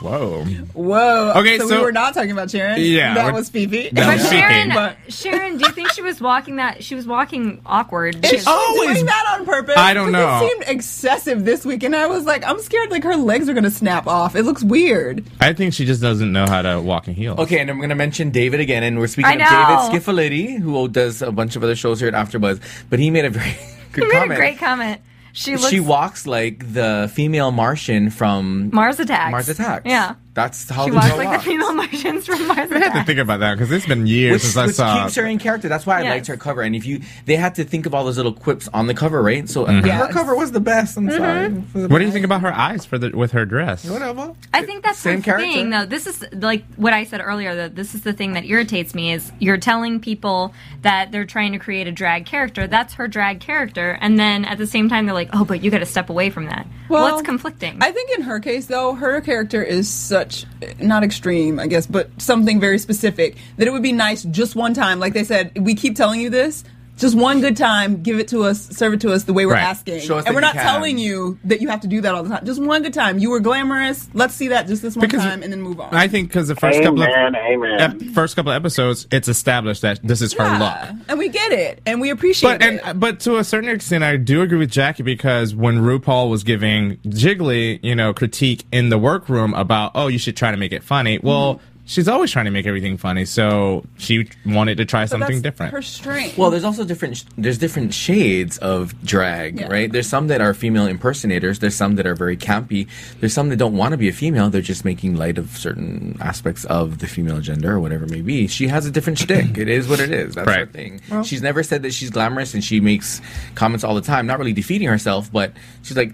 Speaker 2: Whoa.
Speaker 3: whoa.
Speaker 2: Okay,
Speaker 3: we
Speaker 2: so-
Speaker 3: were not talking about Sharon.
Speaker 2: Yeah,
Speaker 3: that
Speaker 2: we're-
Speaker 3: was Fifi.
Speaker 2: That
Speaker 6: But
Speaker 2: was Fifi.
Speaker 6: Sharon,
Speaker 3: But-
Speaker 6: Sharon, do you think she was walking that? She was walking awkward. because-
Speaker 3: She was doing that on purpose.
Speaker 2: I don't
Speaker 3: because
Speaker 2: know.
Speaker 3: It seemed excessive this week, and I was like, I'm scared. Like her legs are gonna snap off. It looks weird.
Speaker 2: I think she just doesn't know how to walk in heels.
Speaker 4: Okay, and I'm gonna mention David again, and we're speaking
Speaker 6: I
Speaker 4: of
Speaker 6: know.
Speaker 4: David Skiffality, who does a bunch of other shows here at AfterBuzz. But he made a very good
Speaker 6: You made
Speaker 4: comment.
Speaker 6: a great comment. She looks
Speaker 4: she walks like the female Martian from
Speaker 6: Mars Attacks.
Speaker 4: Mars Attacks. Oh,
Speaker 6: Yeah.
Speaker 4: that's how
Speaker 6: She
Speaker 4: the
Speaker 6: walks
Speaker 4: girl
Speaker 6: like the female Martians from Mars
Speaker 2: I had to
Speaker 6: Attacks.
Speaker 2: think about that because it's been years
Speaker 4: which,
Speaker 2: since I
Speaker 4: which
Speaker 2: saw.
Speaker 4: keeps her in character. That's why I
Speaker 6: Yes.
Speaker 4: liked her cover. And if you, they had to think of all those little quips on the cover, right? So uh, her
Speaker 3: Yes.
Speaker 4: cover was the best. I'm
Speaker 6: Mm-hmm.
Speaker 4: sorry.
Speaker 2: Mm-hmm. What do you think about her eyes for the with her dress?
Speaker 4: Whatever.
Speaker 6: I think that's
Speaker 4: Same
Speaker 6: the
Speaker 4: character.
Speaker 6: thing, though. This is like what I said earlier. That this is the thing that irritates me is you're telling people that they're trying to create a drag character. That's her drag character, and then at the same time they're like, "Oh, but you got to step away from that." Well,
Speaker 3: Well,
Speaker 6: it's conflicting.
Speaker 3: I think in her case, though, her character is such not extreme, I guess, but something very specific that it would be nice just one time. Like they said, we keep telling you this. Just one good time, give it to us, serve it to us the way we're
Speaker 2: Right.
Speaker 3: asking.
Speaker 4: Show us that
Speaker 3: and we're
Speaker 4: you
Speaker 3: not
Speaker 4: can.
Speaker 3: telling you that you have to do that all the time. Just one good time. You were glamorous. Let's see that just this one
Speaker 2: Because-
Speaker 3: time and then move on.
Speaker 2: I think because the first couple of
Speaker 7: Amen, amen.
Speaker 2: ep- first couple of episodes, it's established that this is her
Speaker 3: Yeah.
Speaker 2: look.
Speaker 3: And we get it. And we appreciate
Speaker 2: But
Speaker 3: it.
Speaker 2: and uh, but to a certain extent, I do agree with Jackie because when RuPaul was giving Jiggly, you know, critique in the workroom about, oh, you should try to make it funny. Well,
Speaker 3: Mm-hmm.
Speaker 2: she's always trying to make everything funny, so she wanted to try
Speaker 3: But
Speaker 2: something
Speaker 3: that's
Speaker 2: different.
Speaker 3: Her strength.
Speaker 4: Well, there's also different. There's different shades of drag,
Speaker 3: Yeah.
Speaker 4: right? There's some that are female impersonators. There's some that are very campy. There's some that don't want to be a female. They're just making light of certain aspects of the female gender or whatever it may be. She has a different shtick. It is what it is. That's her
Speaker 2: Right.
Speaker 4: thing. she's never said that she's glamorous, and she makes comments all the time. Not really defeating herself, but she's like,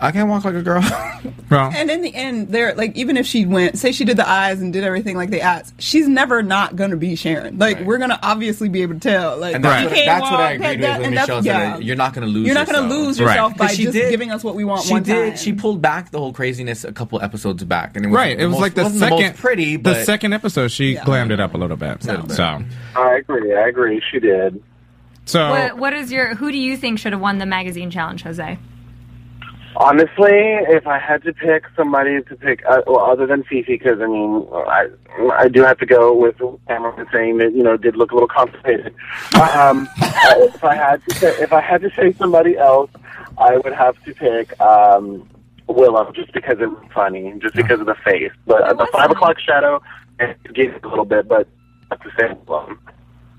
Speaker 4: I can't walk like a girl.
Speaker 2: well,
Speaker 3: And in the end, there, like, even if she went, say she did the eyes and did everything like they asked, she's never not gonna be Sharon. Like,
Speaker 4: Right.
Speaker 3: we're gonna obviously be able to tell. Like,
Speaker 4: And that's,
Speaker 3: you
Speaker 4: what,
Speaker 3: can't
Speaker 4: that's what I
Speaker 3: walk,
Speaker 4: agreed
Speaker 3: that-
Speaker 4: with when
Speaker 3: and that's-
Speaker 4: Michelle said
Speaker 3: yeah.
Speaker 4: that you're not going to lose.
Speaker 3: You're not gonna
Speaker 4: yourself.
Speaker 3: lose
Speaker 2: Right.
Speaker 3: yourself by
Speaker 4: Because
Speaker 3: just giving us what we want
Speaker 4: She
Speaker 3: one
Speaker 4: did.
Speaker 3: time.
Speaker 4: She pulled back the whole craziness a couple episodes back, and it was
Speaker 2: right, it was like the
Speaker 4: wasn't
Speaker 2: second
Speaker 4: most pretty, but
Speaker 2: the second episode. She glammed it up a little bit. So
Speaker 7: I agree. I agree. She did.
Speaker 4: Oh.
Speaker 2: so
Speaker 6: what, what is your? Who do you think should have won the magazine challenge, Jose?
Speaker 7: Honestly, if I had to pick somebody to pick, uh, well, other than Fifi, because I mean, I I do have to go with Cameron saying that you know did look a little complicated. Um, if I had to say, if I had to say somebody else, I would have to pick um, Willow, just because it was funny, just because of the face. But uh, the
Speaker 6: was
Speaker 7: five
Speaker 6: funny.
Speaker 7: o'clock shadow, it gave a little bit, but I have to say Willow.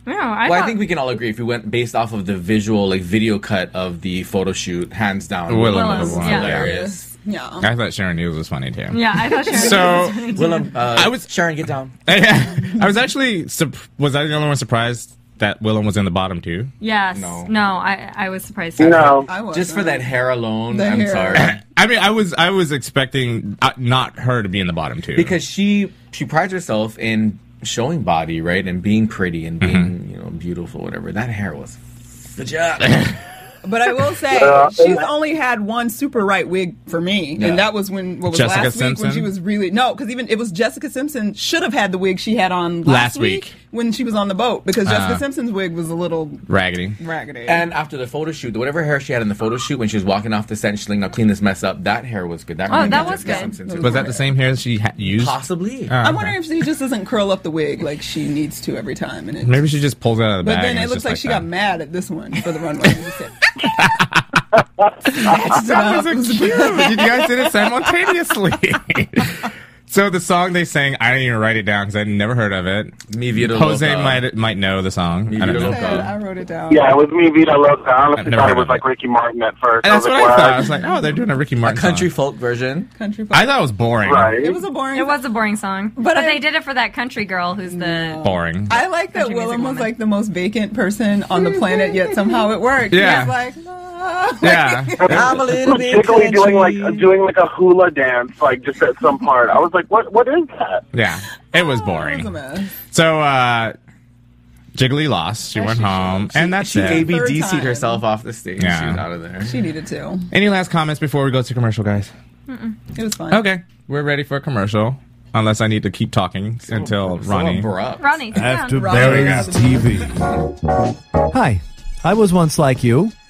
Speaker 6: No, I,
Speaker 4: Well, I
Speaker 6: thought-
Speaker 4: think we can all agree if we went based off of the visual, like video cut of the photo shoot, hands down.
Speaker 2: Willem
Speaker 6: Willem,
Speaker 2: was
Speaker 6: yeah.
Speaker 4: hilarious.
Speaker 3: yeah.
Speaker 2: I thought Sharon News was funny too.
Speaker 6: Yeah, I thought Sharon.
Speaker 2: So
Speaker 4: Willem, uh,
Speaker 2: I was-
Speaker 4: Sharon, get down.
Speaker 2: I was actually sup- was I the only one surprised that Willem was in the bottom too?
Speaker 6: yes.
Speaker 4: No.
Speaker 6: No, I, I was surprised.
Speaker 7: No,
Speaker 3: I was
Speaker 4: Just for that hair alone,
Speaker 3: The
Speaker 4: I'm
Speaker 3: hair.
Speaker 4: sorry.
Speaker 2: I mean, I was I was expecting uh, not her to be in the bottom two
Speaker 4: Mm-hmm. Because she she prides herself in showing body, right, and being pretty and being you know beautiful, whatever. That hair was
Speaker 3: But I will say,
Speaker 7: Uh,
Speaker 3: she's only had one super right wig for me,
Speaker 4: Yeah.
Speaker 3: and that was when what was
Speaker 2: Jessica
Speaker 3: last week
Speaker 2: Simpson?
Speaker 3: when she was really no, because even it was Jessica Simpson should have had the wig she had on last,
Speaker 2: Last
Speaker 3: week,
Speaker 2: week.
Speaker 3: when she was on the boat because Jessica
Speaker 2: Uh.
Speaker 3: Simpson's wig was a little
Speaker 2: Raggedy.
Speaker 3: raggedy.
Speaker 4: And after the photo shoot, whatever hair she had in the photo shoot when she was walking off the set and she's like, now clean this mess up, that hair was good. That reminded
Speaker 6: that
Speaker 4: me of
Speaker 6: was
Speaker 4: Jessica
Speaker 6: good.
Speaker 4: Simpson, too.
Speaker 2: Was that the same hair she ha- used?
Speaker 4: Possibly.
Speaker 2: Uh,
Speaker 3: I'm wondering if she just doesn't curl up the wig like she needs to every time, and it,
Speaker 2: Maybe she just pulls it out of the
Speaker 3: but
Speaker 2: bag.
Speaker 3: then
Speaker 2: and
Speaker 3: it
Speaker 2: it's
Speaker 3: looks
Speaker 2: just
Speaker 3: like, she
Speaker 2: that.
Speaker 3: got mad at this one for the runway. and just said, Snatched it up. It was a bit-
Speaker 2: you guys did it simultaneously. so the song they sang, I didn't even write it down because I'd never heard of it.
Speaker 4: Me Vida
Speaker 2: Jose
Speaker 4: Loca.
Speaker 2: might might know the song.
Speaker 4: Me
Speaker 2: I don't
Speaker 4: Vida
Speaker 2: know.
Speaker 4: Loca.
Speaker 3: I wrote it down.
Speaker 7: Yeah, it was me, Vita Loca. I honestly
Speaker 2: I've never
Speaker 7: thought
Speaker 2: heard
Speaker 7: it was
Speaker 2: of
Speaker 7: like
Speaker 2: it.
Speaker 7: Ricky Martin at first.
Speaker 2: And that's what I
Speaker 7: I was like,
Speaker 2: thought.
Speaker 7: "What?"
Speaker 2: I was like, oh, they're doing a Ricky Martin
Speaker 4: Country
Speaker 2: Song.
Speaker 4: folk version.
Speaker 3: Country.
Speaker 2: I thought it was boring.
Speaker 7: Right.
Speaker 3: it was a boring.
Speaker 6: It was a boring song, but,
Speaker 3: I-
Speaker 6: they did it for that country girl who's the.
Speaker 2: Boring.
Speaker 3: I like that
Speaker 6: Country music
Speaker 3: Willem was
Speaker 6: woman.
Speaker 3: like the most vacant person on the planet, yet somehow it worked.
Speaker 2: Yeah.
Speaker 3: He was like, "No."
Speaker 2: yeah.
Speaker 4: I'm a little bit
Speaker 7: Jiggly doing like doing like a hula dance, like just at some part. I was like, "What? What is that?"
Speaker 2: Yeah. It was
Speaker 3: It was a
Speaker 2: boring.
Speaker 3: mess.
Speaker 2: So uh Jiggly lost. She went home. and that's
Speaker 4: She
Speaker 2: it.
Speaker 4: ABDC'd
Speaker 3: Third time.
Speaker 4: herself off the stage.
Speaker 2: Yeah.
Speaker 4: She was out of there.
Speaker 3: She needed to.
Speaker 2: Any last comments before we go to commercial, guys?
Speaker 3: It was fun.
Speaker 2: Okay. We're ready for a commercial. Unless I need to keep talking until
Speaker 4: So
Speaker 2: Oh, Ronnie.
Speaker 4: abrupt.
Speaker 6: Ronnie, sit down.
Speaker 9: After
Speaker 3: Robin
Speaker 9: Barry's
Speaker 3: has the-
Speaker 9: TV.
Speaker 1: Hi, I was once like you,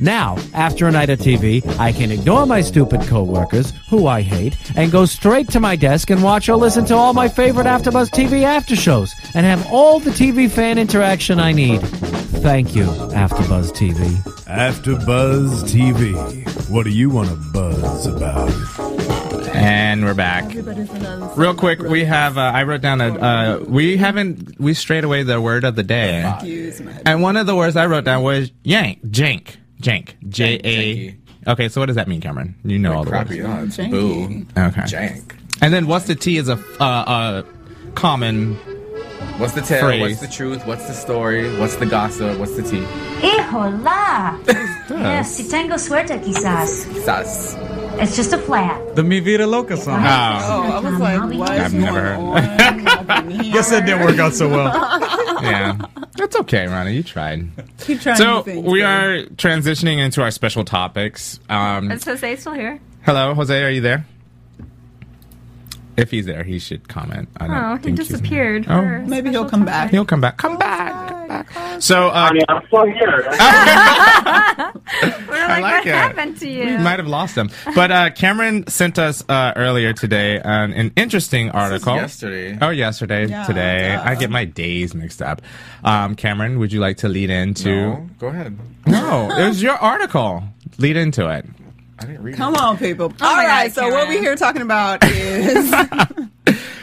Speaker 1: Now, after a night of TV, I can ignore my stupid coworkers, who I hate, and go straight to my desk and watch or listen to all my favorite AfterBuzz TV after shows, and have all the TV fan interaction I need. Thank you, AfterBuzz TV.
Speaker 9: After Buzz TV. What do you want to buzz about?
Speaker 2: And we're back. Real quick, we have. Uh, I wrote down a. Uh, we haven't. We strayed away the word of the day.
Speaker 3: Excuse me.
Speaker 2: And one of the words I wrote down was yank, jank, jank, J
Speaker 4: janky.
Speaker 2: A. Okay, so what does that mean, Cameron? You know all the
Speaker 4: Crappy.
Speaker 2: words.
Speaker 4: Oh,
Speaker 3: Janky.
Speaker 4: it's boo.
Speaker 2: Okay.
Speaker 4: Jank.
Speaker 2: And then what's the T is a uh, uh, common.
Speaker 4: What's the tale?
Speaker 2: Phrase.
Speaker 4: What's the truth? What's the story? What's the gossip? What's the tea?
Speaker 10: Híjola! Yes, si tengo suerte quizás.
Speaker 4: Sus.
Speaker 10: It's just a flat.
Speaker 5: The Mi Vida Loca song.
Speaker 2: Oh,
Speaker 5: Ah.
Speaker 3: Oh, I was like, what?
Speaker 2: I've never heard.
Speaker 5: Guess that didn't work out so well.
Speaker 2: yeah. That's okay, Ronnie. You tried.
Speaker 3: Keep trying
Speaker 2: So
Speaker 3: new things,
Speaker 2: we
Speaker 3: babe.
Speaker 2: are transitioning into our special topics. Um,
Speaker 6: Is Jose still here?
Speaker 2: hello, Jose. Are you there? If he's there, he should comment. I don't
Speaker 6: Oh, he
Speaker 2: think he's-
Speaker 6: disappeared.
Speaker 2: Oh.
Speaker 6: for a
Speaker 3: Maybe he'll
Speaker 6: special
Speaker 3: come
Speaker 6: topic.
Speaker 3: back.
Speaker 2: He'll come back. Come back. Come back. So uh,
Speaker 7: I mean, I'm still here.
Speaker 6: We're like,
Speaker 2: like
Speaker 6: what
Speaker 2: it.
Speaker 6: happened to you?
Speaker 2: We might have lost them. But uh, Cameron sent us uh, earlier today an, an interesting article.
Speaker 4: yesterday.
Speaker 2: Oh, yesterday.
Speaker 3: Yeah,
Speaker 2: today.
Speaker 3: duh.
Speaker 2: I get my days mixed up. Um, Cameron, would you like to lead into?
Speaker 4: No. Go ahead.
Speaker 2: No. it was your article. Lead into it.
Speaker 4: I didn't read
Speaker 3: Come
Speaker 4: it.
Speaker 3: on, people. All
Speaker 6: Oh my God,
Speaker 3: right, so what
Speaker 6: Karen.
Speaker 3: we're here talking about is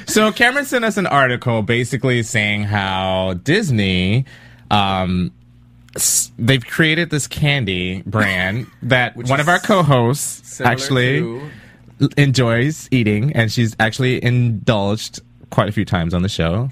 Speaker 2: So Cameron sent us an article basically saying how Disney. Um, s- They've created this candy brand that
Speaker 4: Which
Speaker 2: one
Speaker 4: is
Speaker 2: of our co-hosts
Speaker 4: Similar
Speaker 2: actually
Speaker 4: to-
Speaker 2: enjoys eating, and she's actually indulged quite a few times on the show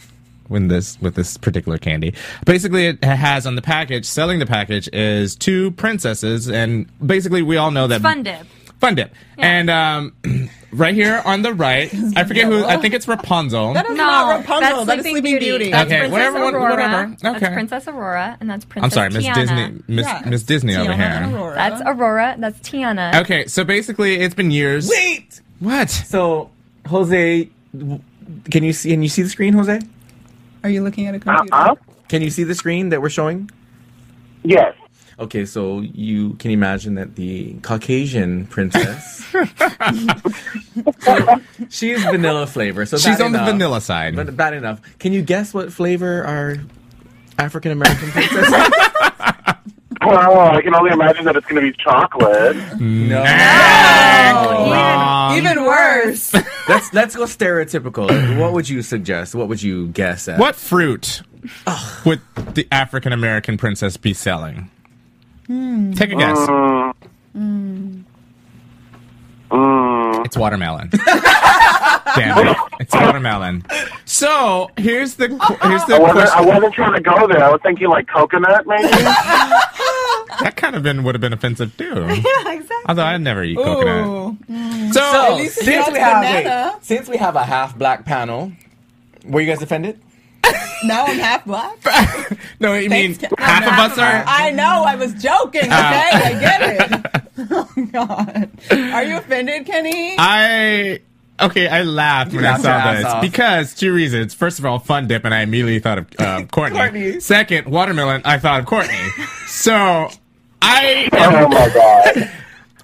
Speaker 2: when this with this particular candy. Basically, it has on the package selling the package is two princesses, and basically we all know that
Speaker 6: Fun dip.
Speaker 2: Fun dip. And um, right here on the right, I forget who. I think it's Rapunzel.
Speaker 3: that's
Speaker 6: No,
Speaker 3: not Rapunzel.
Speaker 6: that's
Speaker 3: that is
Speaker 6: Sleeping
Speaker 3: Sleeping
Speaker 6: Beauty.
Speaker 3: Beauty.
Speaker 6: That's
Speaker 2: Okay,
Speaker 6: Princess
Speaker 2: whatever,
Speaker 6: Aurora.
Speaker 2: whatever. Okay.
Speaker 6: That's Princess Aurora, and that's Princess.
Speaker 2: I'm sorry, Miss
Speaker 6: Tiana.
Speaker 2: Disney. Miss
Speaker 3: Yeah,
Speaker 2: Miss Disney over
Speaker 3: Tiana and
Speaker 2: here.
Speaker 3: Aurora.
Speaker 6: That's Aurora. That's Tiana.
Speaker 2: Okay, so basically, it's been years.
Speaker 4: Wait.
Speaker 2: What?
Speaker 4: So, Jose, w- can you see? Can you see the screen, Jose?
Speaker 3: Are you looking at a
Speaker 7: Uh,
Speaker 3: computer?
Speaker 7: uh,
Speaker 4: Can you see the screen that we're showing?
Speaker 7: yes.
Speaker 4: Okay, so you can imagine that the Caucasian princess. So, she is vanilla flavor. So
Speaker 2: She's
Speaker 4: bad
Speaker 2: on the
Speaker 4: enough.
Speaker 2: vanilla side.
Speaker 4: But bad enough. Can you guess what flavor our African American princess?
Speaker 7: Well, Oh, I can only imagine that it's going to be chocolate.
Speaker 3: Even worse.
Speaker 4: let's let's go stereotypical. What would you suggest? What would you guess at?
Speaker 2: What fruit would the African American princess be selling? Take a guess. It's watermelon. Damn it! It's watermelon. So here's the here's the
Speaker 7: I wasn't, I
Speaker 2: question.
Speaker 7: wasn't trying to go there. I was thinking like coconut, maybe.
Speaker 2: That kind of been would have been offensive too.
Speaker 3: yeah, exactly.
Speaker 2: Although I never eat coconut.
Speaker 3: Ooh.
Speaker 4: So,
Speaker 3: least he
Speaker 4: since
Speaker 3: has
Speaker 4: we have
Speaker 3: banana.
Speaker 4: wait, since we have a half black panel, were you guys offended?
Speaker 3: Now I'm half black.
Speaker 2: No, I mean
Speaker 3: Thanks, Ke-
Speaker 2: half of us are.
Speaker 3: I know. I was joking. Okay, I get it. Oh God, are you offended, Kenny?
Speaker 2: I okay. I laughed when I
Speaker 4: laughed your
Speaker 2: saw
Speaker 4: ass
Speaker 2: this
Speaker 4: off.
Speaker 2: because two reasons. First of all, fun dip, and I immediately thought of uh, Courtney.
Speaker 4: Courtney.
Speaker 2: Second, watermelon. I thought of Courtney. so I
Speaker 7: oh my god.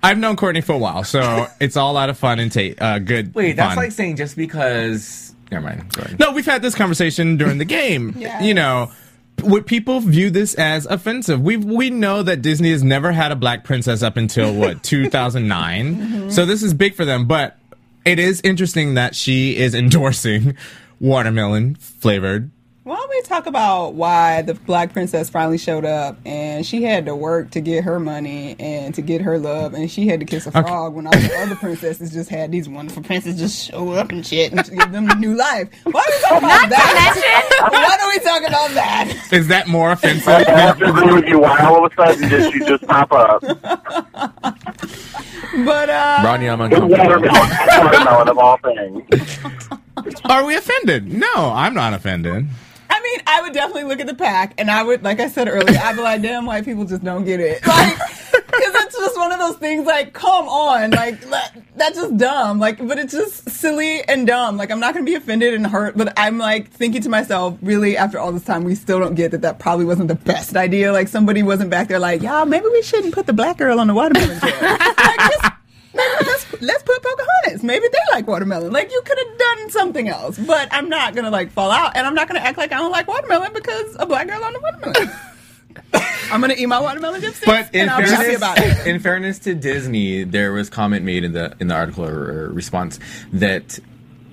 Speaker 2: I've known Courtney for a while, so it's all out of fun and ta- uh, good.
Speaker 4: Wait, that's
Speaker 2: fun.
Speaker 4: like saying just because. Never mind. Go ahead.
Speaker 2: No, we've had this conversation during the game.
Speaker 3: Yes.
Speaker 2: You know, would people view this as offensive? We we know that Disney has never had a black princess up until what 2009.
Speaker 6: Mm-hmm.
Speaker 2: So this is big for them, but it is interesting that she is endorsing watermelon flavored.
Speaker 3: Why don't we talk about why the black princess finally showed up and she had to work to get her money and to get her love and she had to kiss a frog when all the other princesses just had these wonderful princes just show up and shit and give them a new life. Why are we talking about that? Why do we talk about that?
Speaker 2: Is that more offensive?
Speaker 7: I have
Speaker 2: than-
Speaker 7: to agree with you. Why all of a sudden did she just pop up?
Speaker 3: But uh
Speaker 4: Ronnie, I'm
Speaker 7: With
Speaker 4: uncomfortable.
Speaker 7: watermelon, watermelon of all things.
Speaker 2: Are we offended? No, I'm not offended.
Speaker 3: I mean, I would definitely look at the pack, and I would, like I said earlier, I'd be like, damn, white people just don't get it. Like, because it's just one of those things, like, come on. Like, le- that's just dumb. Like, but it's just silly and dumb. Like, I'm not going to be offended and hurt, but I'm like thinking to myself, really, after all this time, we still don't get that that probably wasn't the best idea. Like, somebody wasn't back there, like, y'all, maybe we shouldn't put the black girl on the watermelon jar. like, just, maybe let's, let's put Pocahontas. Maybe they like watermelon. Like you could have done something else, but I'm not gonna like fall out, and I'm not gonna act like I don't like watermelon because a black girl on a watermelon. I'm gonna eat my watermelon dipsticks,
Speaker 2: But in
Speaker 3: and I'll be happy about it.
Speaker 4: fairness, in fairness to Disney, there was comment made in the in the article or, or response that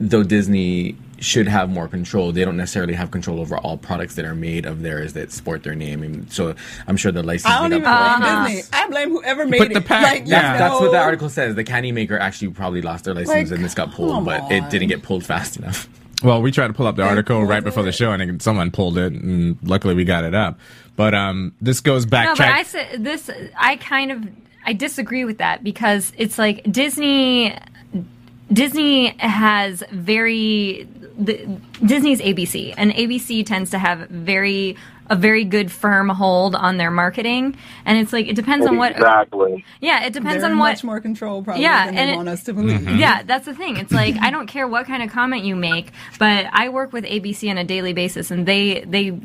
Speaker 4: though Disney should have more control, they don't necessarily have control over all products that are made of theirs that sport their name. And so I'm sure the license.
Speaker 3: I don't
Speaker 4: got
Speaker 3: even
Speaker 4: pulled
Speaker 3: blame
Speaker 4: from
Speaker 6: Uh-huh.
Speaker 4: that.
Speaker 3: Disney. I blame whoever made
Speaker 2: But
Speaker 3: it.
Speaker 2: the pack-
Speaker 3: like, you
Speaker 4: That's, that's what
Speaker 3: know,
Speaker 4: the article says. The candy maker actually probably lost their license
Speaker 3: Like,
Speaker 4: and this got pulled,
Speaker 3: come
Speaker 4: but
Speaker 3: on.
Speaker 4: it didn't get pulled fast enough.
Speaker 2: Well, we tried to pull up the article right before the show, and it- someone pulled it, and luckily we got it up. But um, this goes back.
Speaker 6: No, but
Speaker 2: track-
Speaker 6: I said this. I kind of I disagree with that because it's like Disney. Disney has very the, Disney's ABC, and ABC tends to have very a very good firm hold on their marketing, and it's like it depends on what.
Speaker 7: Exactly.
Speaker 6: Yeah, it depends
Speaker 3: they're
Speaker 6: on
Speaker 3: much
Speaker 6: what.
Speaker 3: more control probably
Speaker 6: Yeah,
Speaker 3: than
Speaker 6: and
Speaker 3: they
Speaker 6: it-
Speaker 3: want us to believe.
Speaker 2: Mm-hmm.
Speaker 6: Yeah, that's the thing. It's like I don't care what kind of comment you make, but I work with ABC on a daily basis, and they they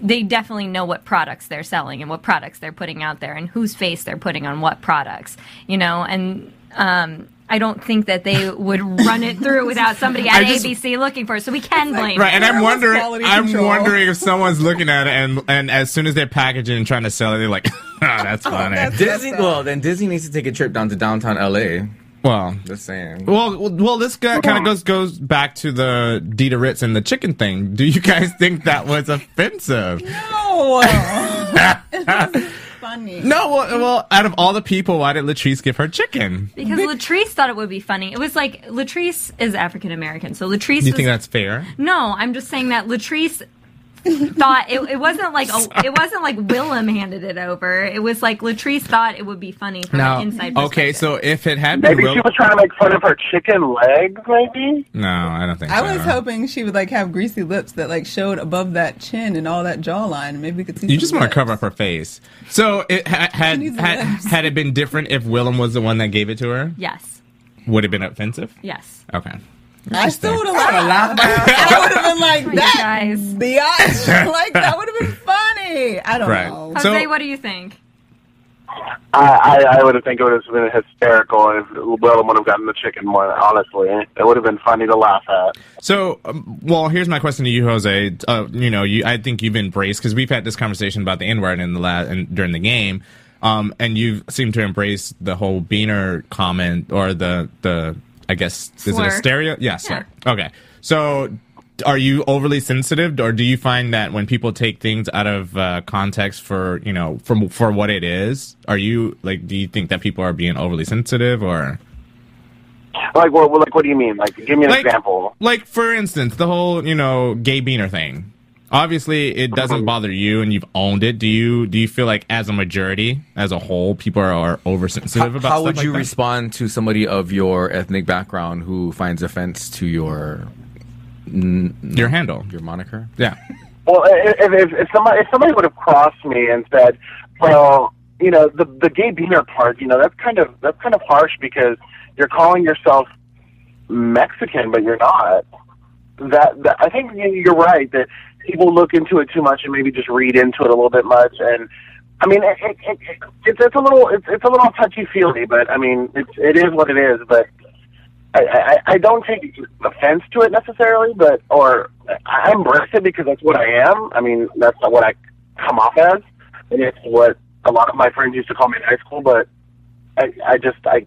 Speaker 6: they definitely know what products they're selling and what products they're putting out there and whose face they're putting on what products, you know. And um, I don't think that they would run it through without somebody at
Speaker 2: just-
Speaker 6: ABC looking for it. So we can blame.
Speaker 2: Right, and I'm
Speaker 3: Where was
Speaker 2: wondering,
Speaker 3: quality
Speaker 2: I'm
Speaker 3: control?
Speaker 2: wondering if someone's looking at it, and and as soon as they're packaging and trying to sell it, they're like, oh, "That's funny."
Speaker 3: that's-
Speaker 4: Disney,
Speaker 3: sad.
Speaker 4: well, then Disney needs to take a trip down to downtown LA.
Speaker 2: well,
Speaker 4: Just saying.
Speaker 2: well, well, well, this guy kind of goes goes back to the Dita Ritz and the chicken thing. Do you guys think that was offensive?
Speaker 3: No. It's funny.
Speaker 2: No, well, well, out of all the people, why did Latrice give her chicken?
Speaker 6: Because Latrice thought it would be funny. It was like Latrice is African American, so Latrice.
Speaker 2: Do you
Speaker 6: was-
Speaker 2: think that's fair?
Speaker 6: No, I'm just saying that Latrice thought it, it wasn't like a, it wasn't like Willem handed it over. It was like Latrice thought it would be funny from an inside.
Speaker 2: okay,
Speaker 6: perspective.
Speaker 2: so if it had been
Speaker 7: Maybe
Speaker 2: Will-
Speaker 7: she was trying to make fun of her chicken legs. Maybe.
Speaker 2: no, I don't think
Speaker 3: I
Speaker 2: so.
Speaker 3: was hoping she would like have greasy lips that like showed above that chin and all that jawline. Maybe we could see.
Speaker 2: You
Speaker 3: some
Speaker 2: just want to
Speaker 3: lips.
Speaker 2: cover up her face. So it ha- had
Speaker 3: needs
Speaker 2: had,
Speaker 3: lips.
Speaker 2: had it been different if Willem was the one that gave it to her,
Speaker 6: yes,
Speaker 2: would it have been offensive?
Speaker 6: yes.
Speaker 2: Okay.
Speaker 3: I still would have laughed. I would have been like that,
Speaker 6: guys,
Speaker 3: biatch. like that would have been funny. I don't
Speaker 2: Right.
Speaker 3: know.
Speaker 2: So-
Speaker 6: Jose, what do you think?
Speaker 7: I, I, I would have think it would have been hysterical if Willem would have gotten the chicken one. Honestly, it would have been funny to laugh at.
Speaker 2: So, um, well, here's my question to you, Jose. Uh, you know, you, I think you've embraced because we've had this conversation about the N word in the la- and during the game, um, and you seem to embrace the whole Beaner comment or the the I guess is it
Speaker 6: Slur.
Speaker 2: a stereo? Yeah, slur. Okay. So, are you overly sensitive, or do you find that when people take things out of uh, context for you know from for what it is, are you like? Do you think that people are being overly sensitive, or?
Speaker 7: Like what? Like what do you mean? Like give me an
Speaker 2: Like-
Speaker 7: example.
Speaker 2: Like, for instance, the whole, you know, gay beaner thing. Obviously, it doesn't bother you and you've owned it. Do you do you feel like as a majority, as a whole, people are, are oversensitive
Speaker 4: How,
Speaker 2: about
Speaker 4: how
Speaker 2: stuff
Speaker 4: would
Speaker 2: like
Speaker 4: you
Speaker 2: that?
Speaker 4: respond to somebody of your ethnic background who finds offense to your
Speaker 2: your handle?
Speaker 4: your moniker?
Speaker 2: Yeah.
Speaker 7: Well, if, if, if somebody if somebody would have crossed me and said, "Well, you know, the the gay beaner part, you know, that's kind of that's kind of harsh because you're calling yourself Mexican, but you're not." That, that I think you- you're right that people look into it too much and maybe just read into it a little bit much. And I mean, it, it, it, it's it's a little it's it's a little touchy feely, but I mean, it's it is what it is. But I, I, I don't take offense to it necessarily, but or I embrace it because that's what I am. I mean, that's not what I come off as, and it's what a lot of my friends used to call me in high school. But I, I just I,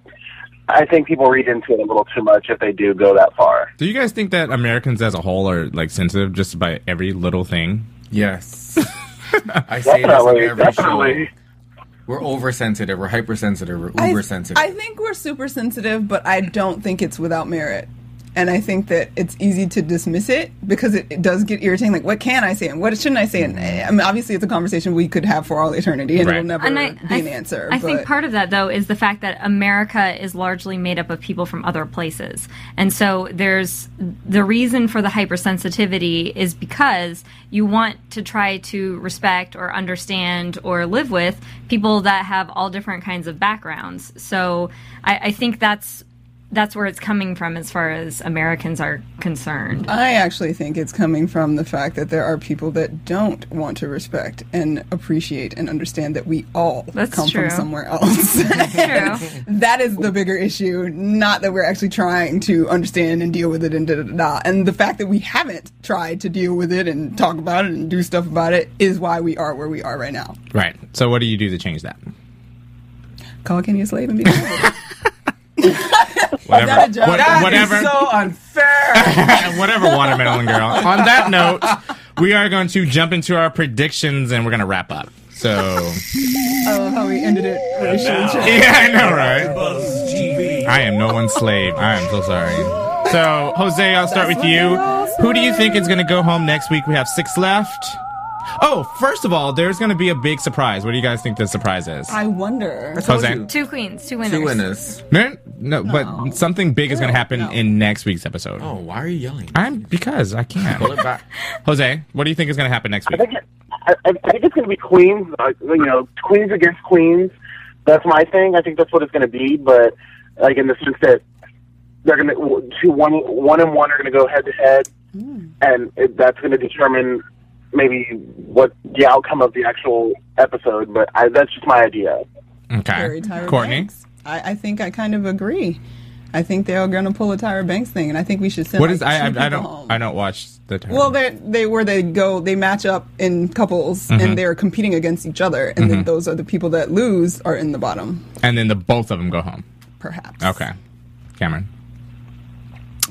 Speaker 7: I think people read into it a little too much if they do go that far.
Speaker 2: Do you guys think that Americans as a whole are like sensitive just by every little thing?
Speaker 4: Yes. I say this on
Speaker 7: Definitely,
Speaker 4: every show.
Speaker 7: definitely.
Speaker 4: We're oversensitive. We're hypersensitive. We're uber sensitive.
Speaker 3: I think we're super sensitive, but I don't think it's without merit. And I think that it's easy to dismiss it because it, it does get irritating. Like, what can I say and what shouldn't I say? And eh, I mean, obviously, it's a conversation we could have for all eternity, and
Speaker 2: Right.
Speaker 3: it'll never
Speaker 6: And I,
Speaker 3: be
Speaker 6: I-
Speaker 3: an answer.
Speaker 6: I think
Speaker 3: but-
Speaker 6: part of that though is the fact that America is largely made up of people from other places, and so there's the reason for the hypersensitivity is because you want to try to respect or understand or live with people that have all different kinds of backgrounds. So I, I think that's that's where it's coming from as far as Americans are concerned.
Speaker 3: I actually think it's coming from the fact that there are people that don't want to respect and appreciate and understand that we all
Speaker 6: That's
Speaker 3: come
Speaker 6: true.
Speaker 3: from somewhere else. And that is the bigger issue, not that we're actually trying to understand and deal with it and da da da da. And the fact that we haven't tried to deal with it and talk about it and do stuff about it is why we are where we are right now.
Speaker 2: Right. So what do you do to change that?
Speaker 3: Call Kenny a slave and be a
Speaker 2: Whatever.
Speaker 3: a joke?
Speaker 2: what-
Speaker 3: That is
Speaker 2: whatever.
Speaker 11: so unfair.
Speaker 2: and whatever watermelon girl. On that note, we are going to jump into our predictions and we're gonna wrap up. So
Speaker 3: Oh, how we ended it.
Speaker 2: Yeah, I know, right?
Speaker 8: Buzz TV.
Speaker 2: I am no one's slave. I am so sorry. So, Jose, I'll start with you. Who do you think is going to go home next week? We have six left. Oh, first of all, there's going to be a big surprise. What do you guys think the surprise is?
Speaker 3: I wonder.
Speaker 2: Jose,
Speaker 6: Two queens, two winners.
Speaker 4: Two winners.
Speaker 2: no, no, but something big is going to happen in next week's episode.
Speaker 4: Oh, why are you yelling?
Speaker 2: I'm because I can't.
Speaker 4: Pull it back.
Speaker 2: Jose, what do you think is going to happen next
Speaker 7: I
Speaker 2: week?
Speaker 7: think it, I, I I think it's going to be queens, like, you know, queens against queens. That's my thing. I think that's what it's going to be. But like in the sense that they're going to two one one and one are going to go head to head, Hmm. and it, that's going to determine maybe what the outcome of the actual episode. But I, that's just my idea.
Speaker 2: Okay,
Speaker 3: Very Tyra
Speaker 2: Courtney.
Speaker 3: Banks. I, I think I kind of agree. I think they're going to pull a Tyra Banks thing, and I think we should send.
Speaker 2: What
Speaker 3: like,
Speaker 2: is I? I,
Speaker 3: two
Speaker 2: I
Speaker 3: people
Speaker 2: don't.
Speaker 3: Home.
Speaker 2: I don't watch the. Time.
Speaker 3: Well, they they where they go, they match up in couples,
Speaker 2: Mm-hmm.
Speaker 3: and they're competing against each other, and then those are the people that lose are in the bottom,
Speaker 2: and then the both of them go home.
Speaker 3: perhaps.
Speaker 2: Okay, Cameron,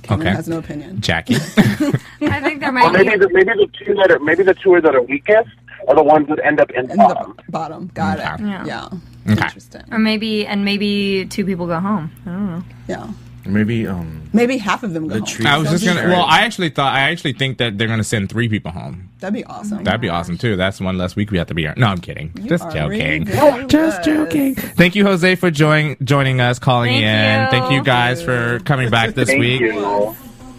Speaker 3: Cameron
Speaker 2: okay.
Speaker 3: has no opinion.
Speaker 2: Jackie.
Speaker 6: I think there
Speaker 7: Or
Speaker 6: might
Speaker 7: maybe
Speaker 6: be.
Speaker 7: the, maybe the two that are maybe the two that are weakest are the ones that end up in
Speaker 3: In
Speaker 7: bottom.
Speaker 3: the bottom, got it.
Speaker 2: Okay.
Speaker 3: Yeah.
Speaker 6: Yeah.
Speaker 2: Okay.
Speaker 3: Interesting.
Speaker 6: Or maybe, and maybe two people go home. I don't know.
Speaker 3: Yeah.
Speaker 4: Maybe um
Speaker 3: Maybe half of them go
Speaker 4: the
Speaker 3: home.
Speaker 4: tree.
Speaker 2: I was just gonna.
Speaker 4: Sorry.
Speaker 2: Well, I actually thought. I actually think that they're gonna send three people home.
Speaker 3: That'd be awesome.
Speaker 2: That'd be awesome too. That's one less week we have to be here. No, I'm kidding. just
Speaker 3: are
Speaker 2: joking. Just joking. Thank you, Jose, for join, joining us, calling
Speaker 6: Thank
Speaker 2: in.
Speaker 6: you.
Speaker 2: Thank you guys for coming back this
Speaker 7: Thank
Speaker 2: week.
Speaker 7: you.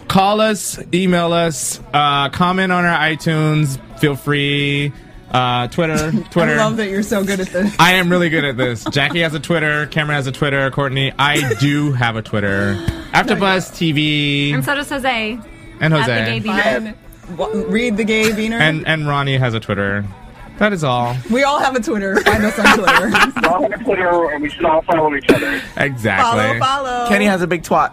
Speaker 2: Call us, email us, uh, comment on our iTunes. Feel free. Uh, Twitter, Twitter.
Speaker 3: I love that you're so good at this.
Speaker 2: I am really good at this. Jackie has a Twitter. Cameron has a Twitter. Courtney, I do have a Twitter. AfterBuzz TV
Speaker 6: And so does Jose.
Speaker 2: and
Speaker 6: At the
Speaker 2: Jose
Speaker 6: gay beaner.
Speaker 3: Fine. Wa- Read the gay Beaner.
Speaker 2: and and Ronnie has a Twitter. That is all.
Speaker 3: We all have a Twitter. Find us on Twitter.
Speaker 7: We're all on Twitter, and we should all follow each other.
Speaker 2: Exactly.
Speaker 3: follow.
Speaker 4: Kenny has a big twat.